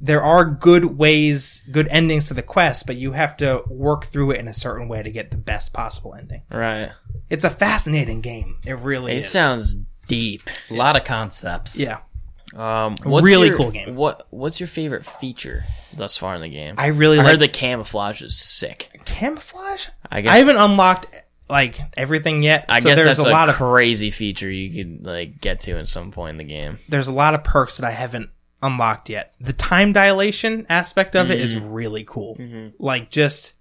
there are good ways, good endings to the quest, but you have to work through it in a certain way to get the best possible ending. right. It's a fascinating game. It really It is. sounds deep. A lot of concepts. Yeah. Um, what's Really your- cool game. What What's your favorite feature thus far in the game? I really I like heard the camouflage is sick. camouflage. I guess I haven't unlocked like everything yet. I so guess there's that's a, a lot of crazy feature you could like get to at some point in the game. there's a lot of perks that I haven't unlocked yet. The time dilation aspect of it is Mm-hmm. really cool. Like just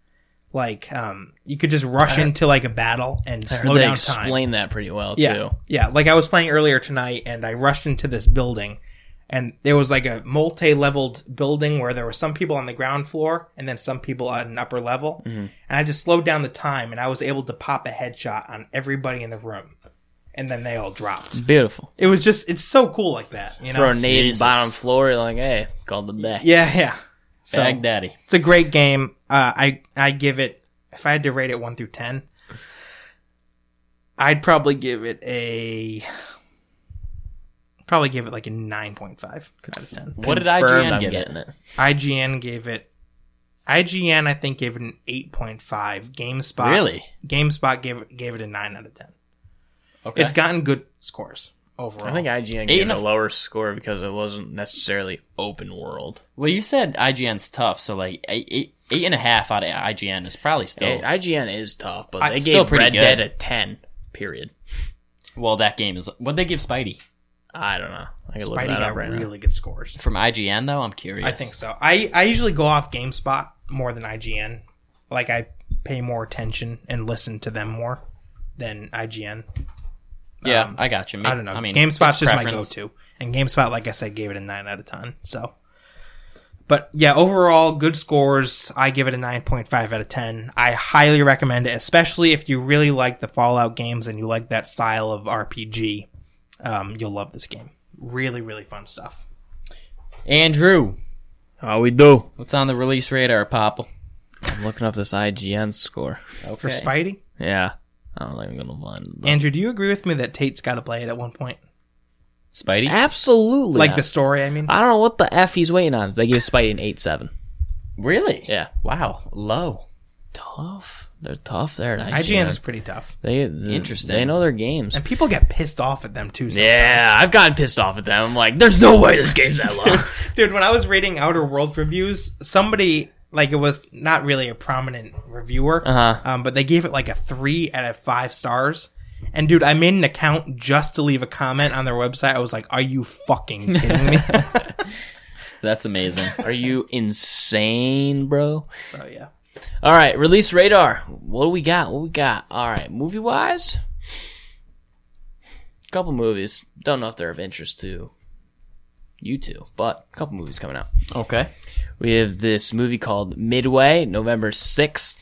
like um you could just rush into like a battle and slow they down time. explain that pretty well yeah. too. Yeah, like I was playing earlier tonight and I rushed into this building and there was like a multi-leveled building where there were some people on the ground floor and then some people on an upper level. And I just slowed down the time and I was able to pop a headshot on everybody in the room. And then they all dropped. Beautiful. It was just it's so cool like that, you know. Throw a nade Jesus. bottom floor, like, hey, called the day. Yeah, yeah. So Baghdaddy. it's a great game. Uh, I I give it if I had to rate it one through ten, I'd probably give it a probably give it like a nine point five out of ten. What did IGN Confirmed I'm give it? getting it? IGN gave it IGN I think gave it an eight point five. GameSpot Really? GameSpot gave it gave it a nine out of ten. Okay. It's gotten good scores overall. I think IGN Eight gave and it a a- lower score because it wasn't necessarily open world. well, you said IGN's tough, so like eight, eight, eight and a half out of IGN is probably still. It- IGN is tough, but I- they still gave pretty Red good. Dead a ten. Period. well, that game is. What they give Spidey I don't know. I can look Spidey that got up right now. really good scores. from IGN though? I'm curious. I think so. I, I usually go off GameSpot more than IGN. Like I pay more attention and listen to them more than IGN. Yeah, I got you. Um, I don't know. mean, GameSpot's it's just my preference. go-to, and GameSpot, like I said, gave it a nine out of ten. So, but yeah, overall good scores. I give it a nine point five out of ten. I highly recommend it, especially if you really like the Fallout games and you like that style of RPG. Um, you'll love this game. Really, really fun stuff. Andrew, How we do? what's on the release radar, Popple? I'm looking up this IGN score. For Spidey, Yeah. I don't think I'm gonna find it. Andrew, do you agree with me that Tate's got to play it at one point? Spidey. Absolutely. Like the story, I mean. I don't know what the f he's waiting on. They gave Spidey an eight seven. Really? Yeah. Wow. Low. Tough. They're tough there at IGN. IGN is pretty tough, They, they Interesting. They know their games. and people get pissed off at them too. sometimes. Yeah, I've gotten pissed off at them. I'm like, there's no way this game's that low. dude. When I was reading Outer World reviews, somebody like it was not really a prominent reviewer, Uh-huh. um, but they gave it like a three out of five stars. And dude, I made an account just to leave a comment on their website. I was like, "Are you fucking kidding me?" That's amazing. Are you insane, bro? so yeah, All right, release radar. What do we got? What we got? All right, movie wise, couple movies. Don't know if they're of interest to you two, but a couple movies coming out. okay. We have this movie called Midway, November 6th.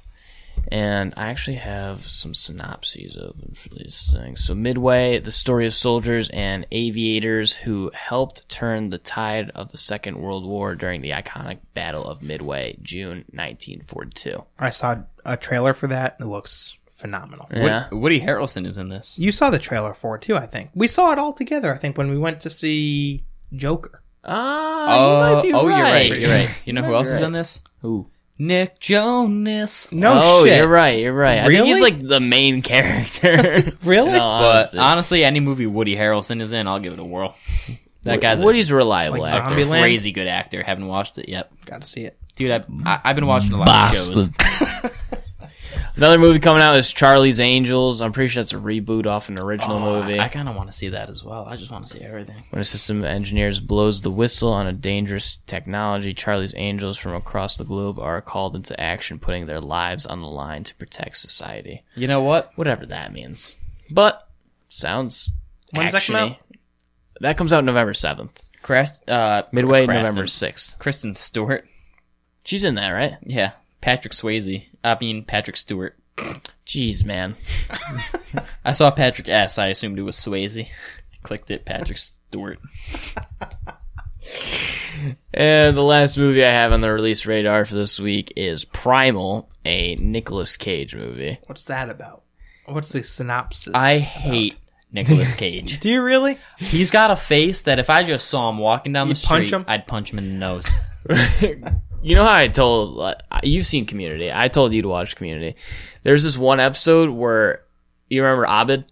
And I actually have some synopses open for these things. So, Midway, the story of soldiers and aviators who helped turn the tide of the Second World War during the iconic Battle of Midway, June 1942. I saw a trailer for that. It looks phenomenal. Yeah. Woody Harrelson is in this. You saw the trailer for it too, I think. We saw it all together, I think, when we went to see Joker. Ah, you might be oh, right. you're right. You're right. You know who might else be is right. in this? Who? Nick Jonas. No oh, shit. you're right. You're right. I think Really? he's like the main character. Really? In all But honesty. honestly, any movie Woody Harrelson is in, I'll give it a whirl. That guy's a Woody's a reliable Like actor. zombie- Zombieland? crazy good actor. Haven't watched it yet, Gotta see it. dude. I, I I've been watching a lot of shows. uh, Another movie coming out is Charlie's Angels. I'm pretty sure that's a reboot off an original movie. Oh, I, kind of want to see that as well. I just want to see everything. when a system of engineers blows the whistle on a dangerous technology, Charlie's Angels from across the globe are called into action, putting their lives on the line to protect society. You know what? Whatever that means. But sounds When's that come actiony. out? That comes out November seventh. Crast, uh, Midway Cranston. November sixth. Kristen Stewart. She's in that, right? Yeah, Patrick Swayze. I mean Patrick Stewart. Jeez, man. I saw Patrick S. I assumed it was Swayze. I clicked it. Patrick Stewart. And Eh, the last movie I have on the release radar for this week is Primal, a Nicolas Cage movie. What's that about? What's the synopsis? I hate Nicolas Cage. Do you really? He's got a face that if I just saw him walking down the You'd punch street, him? I'd punch him in the nose. You know how I told uh, you've seen Community. I told you to watch Community. There's this one episode where you remember Abed.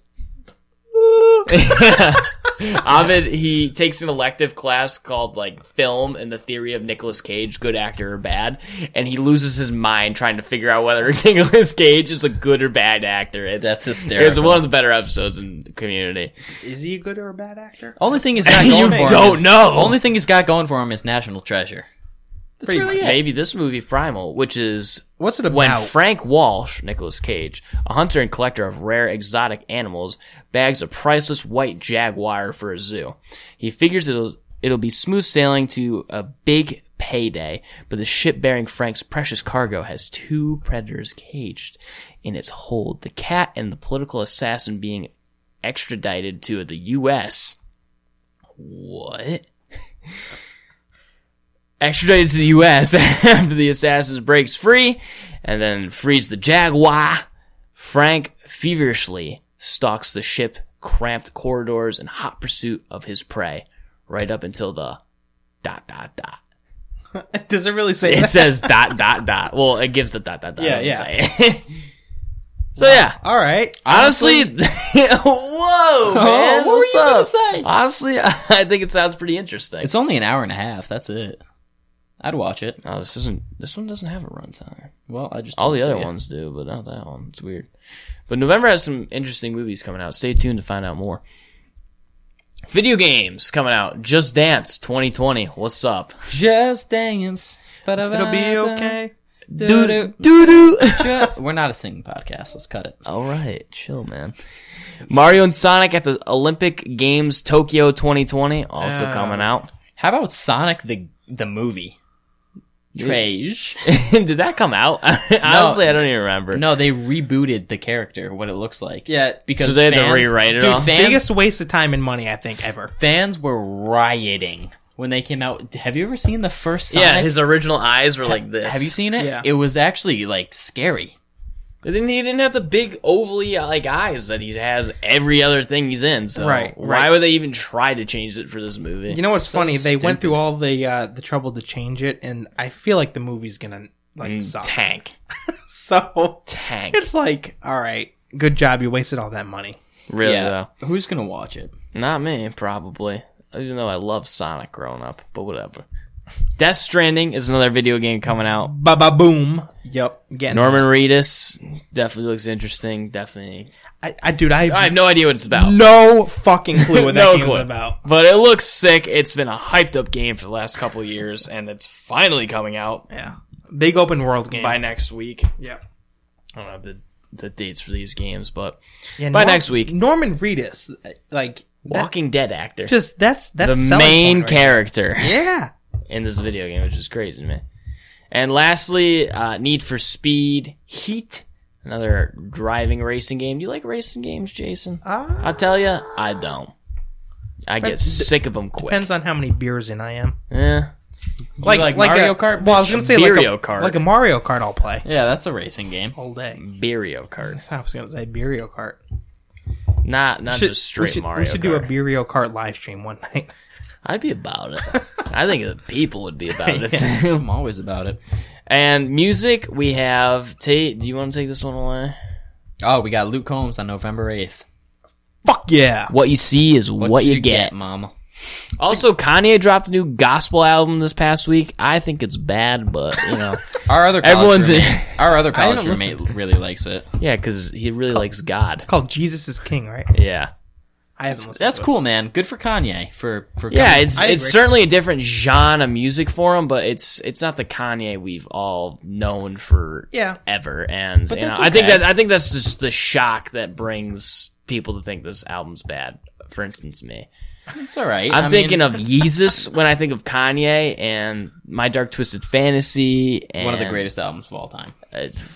Ovid, he takes an elective class called like film and the theory of Nicolas Cage, good actor or bad, and he loses his mind trying to figure out whether Nicolas Cage is a good or bad actor. It's, That's It's hysterical. one of the better episodes in Community. Is he a good or a bad actor? Only thing he's got going You for him don't is- know. Only thing he's got going for him is National Treasure. Pretty much. Maybe this movie Primal, which is What's it about? when Frank Walsh, Nicolas Cage, a hunter and collector of rare exotic animals, bags a priceless white jaguar for a zoo. He figures it'll it'll be smooth sailing to a big payday, but the ship bearing Frank's precious cargo has two predators caged in its hold, the cat and the political assassin being extradited to the US. What? extradited to the U.S. after the assassin breaks free, and then frees the Jaguar. Frank feverishly stalks the ship, cramped corridors, in hot pursuit of his prey, right up until the dot dot dot. Does it really say It that? says dot dot dot. Well, it gives the dot dot dot. Yeah, it doesn't yeah. say it. so yeah, All right. Honestly, whoa, man, Oh, what were what's you gonna up? say? Honestly, I think it sounds pretty interesting. It's only an hour and a half. That's it. I'd watch it. oh, this isn't. This one doesn't have a runtime. Well, I just All the told other you. ones do, but not that one. It's weird. But November has some interesting movies coming out. Stay tuned to find out more. Video games coming out. Just Dance 2020. What's up? Just dance. It'll It'll be okay. Doo Doo doo. We're not a singing podcast. Let's cut it. All right, chill, man. Mario and Sonic at the Olympic Games Tokyo 2020. Also Uh, coming out. How about Sonic the the movie? Trage. Did that come out? Honestly, I don't even remember. No, they rebooted the character. What it looks like. Yeah. Because So they had to fans- rewrite it Dude, all? Fans, Biggest waste of time and money I think ever. fans were rioting when they came out. Have you ever seen the first? Sonic? Yeah, his original eyes were like this. Have you seen it? Yeah. It was actually like scary. But then he didn't have the big ovally uh, like eyes that he has every other thing he's in. So Right, why right. would they even try to change it for this movie? You know what's So funny? They went through all the uh, the trouble to change it, and I feel like the movie's gonna like suck. Mm, tank, So tank. it's like, all right, good job. You wasted all that money. really Who's gonna watch it? though, not me probably. Even though I love Sonic growing up, but whatever. Death Stranding is another video game coming out. Ba ba boom. Yep. Getting Norman Reedus definitely looks interesting. Definitely, I, I dude, I have, I have no idea what it's about. no fucking clue what that No game's clue. about. But it looks sick. It's been a hyped up game for the last couple of years, and it's finally coming out Yeah. Big open world game. by next week. Yeah. I don't know the the dates for these games, but Yeah, By next week. Norman Reedus, like that, Walking Dead actor, just that's that's the selling main point right character there. Yeah. in this video game, which is crazy, man. And lastly, uh, Need for Speed Heat, another driving racing game. Do you like racing games, Jason? Ah. I'll tell you, I don't. I get sick of them quick. Depends on how many beers in I am. Yeah. Like, like Mario a, Kart? Well, I was gonna say like Beerio a, Kart. like a Mario Kart. I'll play Yeah, that's a racing game. all day. Beerio Kart, I was gonna say Beerio Kart. not not Should- just straight we should, Mario. We should do a Kart. Beerio Kart live stream one night. I'd be about it. I think the people would be about it. I'm always about it. And music, we have Tate. Do you want to take this one away? Oh, we got Luke Combs on November eighth. Fuck yeah! What you see is what, you, get. mama? Also, Kanye dropped a new gospel album this past week. I think it's bad, but you know, Our other college Everyone's in- roommate, our other college don't listen roommate really likes it. yeah, because he really likes God. It's called Jesus is King, right? Yeah, I haven't. listened That's to it. cool, man. Good for Kanye for for yeah. coming- It's I it's agree. certainly a different genre of music for him, but it's it's not the Kanye we've all known for Yeah. ever. And you know, that's I think okay. that I think that's just the shock that brings people to think this album's bad. For instance, me. it's all right. I'm I mean, thinking of Yeezus when I think of Kanye and My Dark Twisted Fantasy. And uh, one of the greatest albums of all time. it's-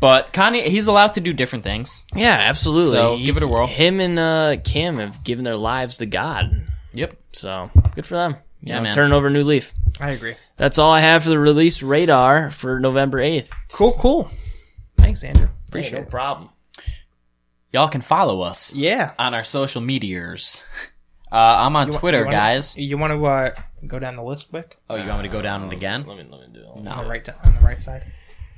But Kanye, he's allowed to do different things. yeah, absolutely. So, give it a whirl. Him and uh, Kim have given their lives to God. Yep. So good for them. You Yeah, know, man. Turn over a new leaf. I agree. That's all I have for the release radar for November 8th. Cool, cool. Thanks, Andrew. Hey, Appreciate no it. problem. Y'all can follow us Yeah. on our social meteors. Uh, I'm on You wa- Twitter, you wanna- guys. You want to uh, go down the list quick? Oh, you want me to go down it again? Let me, let me do it. No. On the right, on the right side.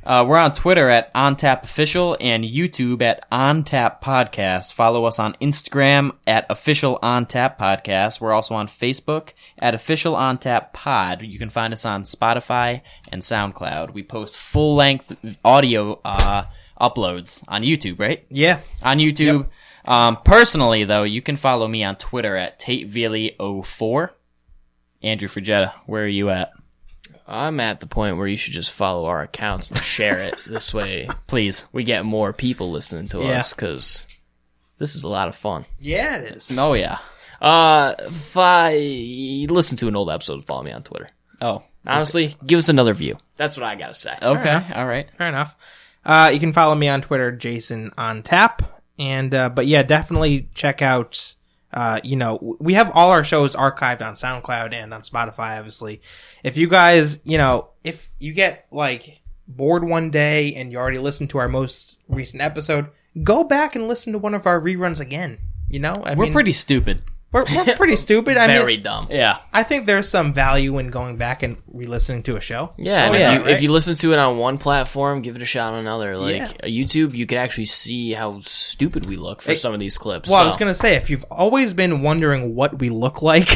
Uh, we're on Twitter at OnTapOfficial and YouTube at OnTap Podcast. Follow us on Instagram at Official OnTap Podcast. We're also on Facebook at Official OnTap Pod. You can find us on Spotify and SoundCloud. We post full length audio uh, uploads on YouTube, right? Yeah. on YouTube. Um, personally, though, you can follow me on Twitter at TateVilly04. Andrew Fregetta, where are you at? I'm at the point where you should just follow our accounts and share it. This way, Please. we get more people listening to us 'cause us because this is a lot of fun. Yeah, it is. Oh, yeah. Uh, if I listen to an old episode, follow me on Twitter. Oh, Honestly, give us another view. That's what I gotta say. okay. All right. Fair enough. Uh, you can follow me on Twitter, Jason on Tap, and uh, but yeah, definitely check out. Uh, you know, w- we have all our shows archived on SoundCloud and on Spotify. Obviously, if you guys, you know, if you get like bored one day and you already listened to our most recent episode, go back and listen to one of our reruns again. You know, I We're mean, pretty stupid. we're, we're pretty stupid. I Very mean, dumb. Yeah. I think there's some value in going back and re-listening to a show. Yeah, and Oh, yeah, if, you, right. if you listen to it on one platform, give it a shot on another. Like uh, Yeah. YouTube, you can actually see how stupid we look for some of these clips. Well, I so- was gonna say if you've always been wondering what we look like,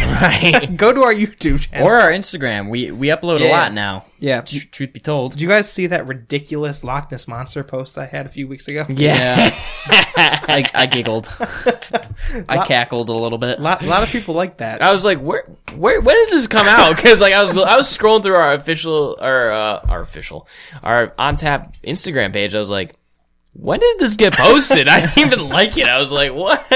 go to our YouTube channel. Or our Instagram. We we upload a Yeah. lot now. yeah, Tr- did truth be told. you guys see that ridiculous Loch Ness monster post I had a few weeks ago? yeah. I, I giggled. I cackled a little bit. A lot, a lot of people like that. Uh, I was like, where, where, when did this come out? Because like I was, I was scrolling through our official, our, uh, our official, our on tap Instagram page. I was like, when did this get posted? I didn't even like it. I was like, what?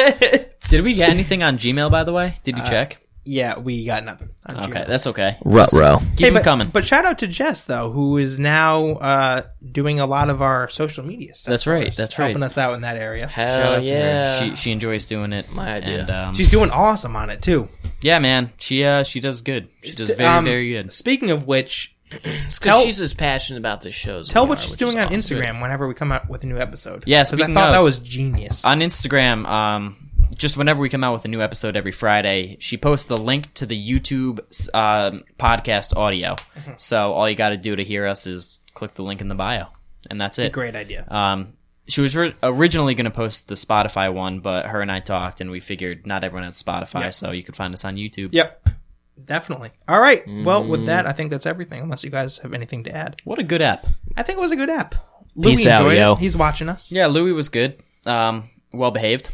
Did we get anything on Gmail, by the way? Did you check? Yeah, we got nothing. on Okay, Uh, Gmail. that's okay. Rut row. Keep them but, coming. But shout out to Jess though, who is now uh, doing a lot of our social media stuff. That's for right, us, that's helping right. us out in that area. Hell Shout out to yeah. her. She, she enjoys doing it. My idea. And, um, She's doing awesome on it too. yeah, man. She uh, she does good. She does very, Um, very good. Speaking of which, It's tell- because she's as passionate about this show. as tell we what are, she's which is doing on awesome. Instagram whenever we come out with a new episode. Yeah, because I speaking thought of- that was genius. on Instagram, um, just whenever we come out with a new episode every Friday, she posts the link to the YouTube um, podcast audio. Mm-hmm. So all you got to do to hear us is click the link in the bio, and that's it. Great idea. Um, she was ri originally going to post the Spotify one, but her and I talked, and we figured not everyone has Spotify, so you can find us on YouTube. Yep. Definitely. All right. Well, with Mm-hmm. that, I think that's everything, unless you guys have anything to add. What a good app. I think it was a good app. Peace out, enjoyed yo. It. He's watching us. Yeah, Louis was good. Um, well behaved.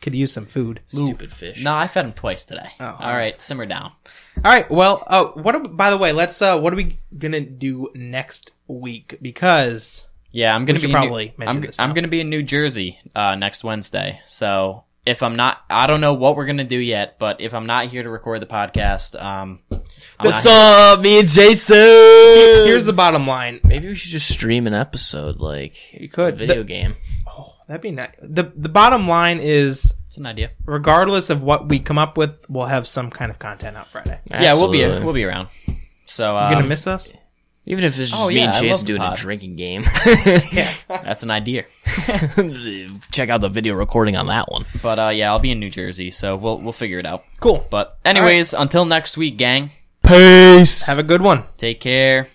Could use some food. Stupid fish. No, I fed him twice today. Oh, All right, simmer down. All right. Well, uh, what? Are, by the way, let's. Uh, what are we gonna do next week? Because Yeah, I'm gonna be should in New- probably mention I'm, this I'm now. gonna be in New Jersey uh, next Wednesday. So if I'm not, I don't know what we're gonna do yet. But if I'm not here to record the podcast, um, I'm What's not up, me and Jason? here's the bottom line. Maybe we should just stream an episode, like You could. video The- game. that'd be nice. the The bottom line is, It's an idea. regardless of what we come up with, we'll have some kind of content out Friday. Yeah, we'll be Absolutely. we'll be around. So You gonna um, miss us? Even if it's just Oh, me yeah, and I love Jason the doing a pod. drinking game. that's an idea. Check out the video recording on that one. But uh, yeah, I'll be in New Jersey, so we'll we'll figure it out. Cool. But anyways, until next week, gang. Peace. Have a good one. Take care.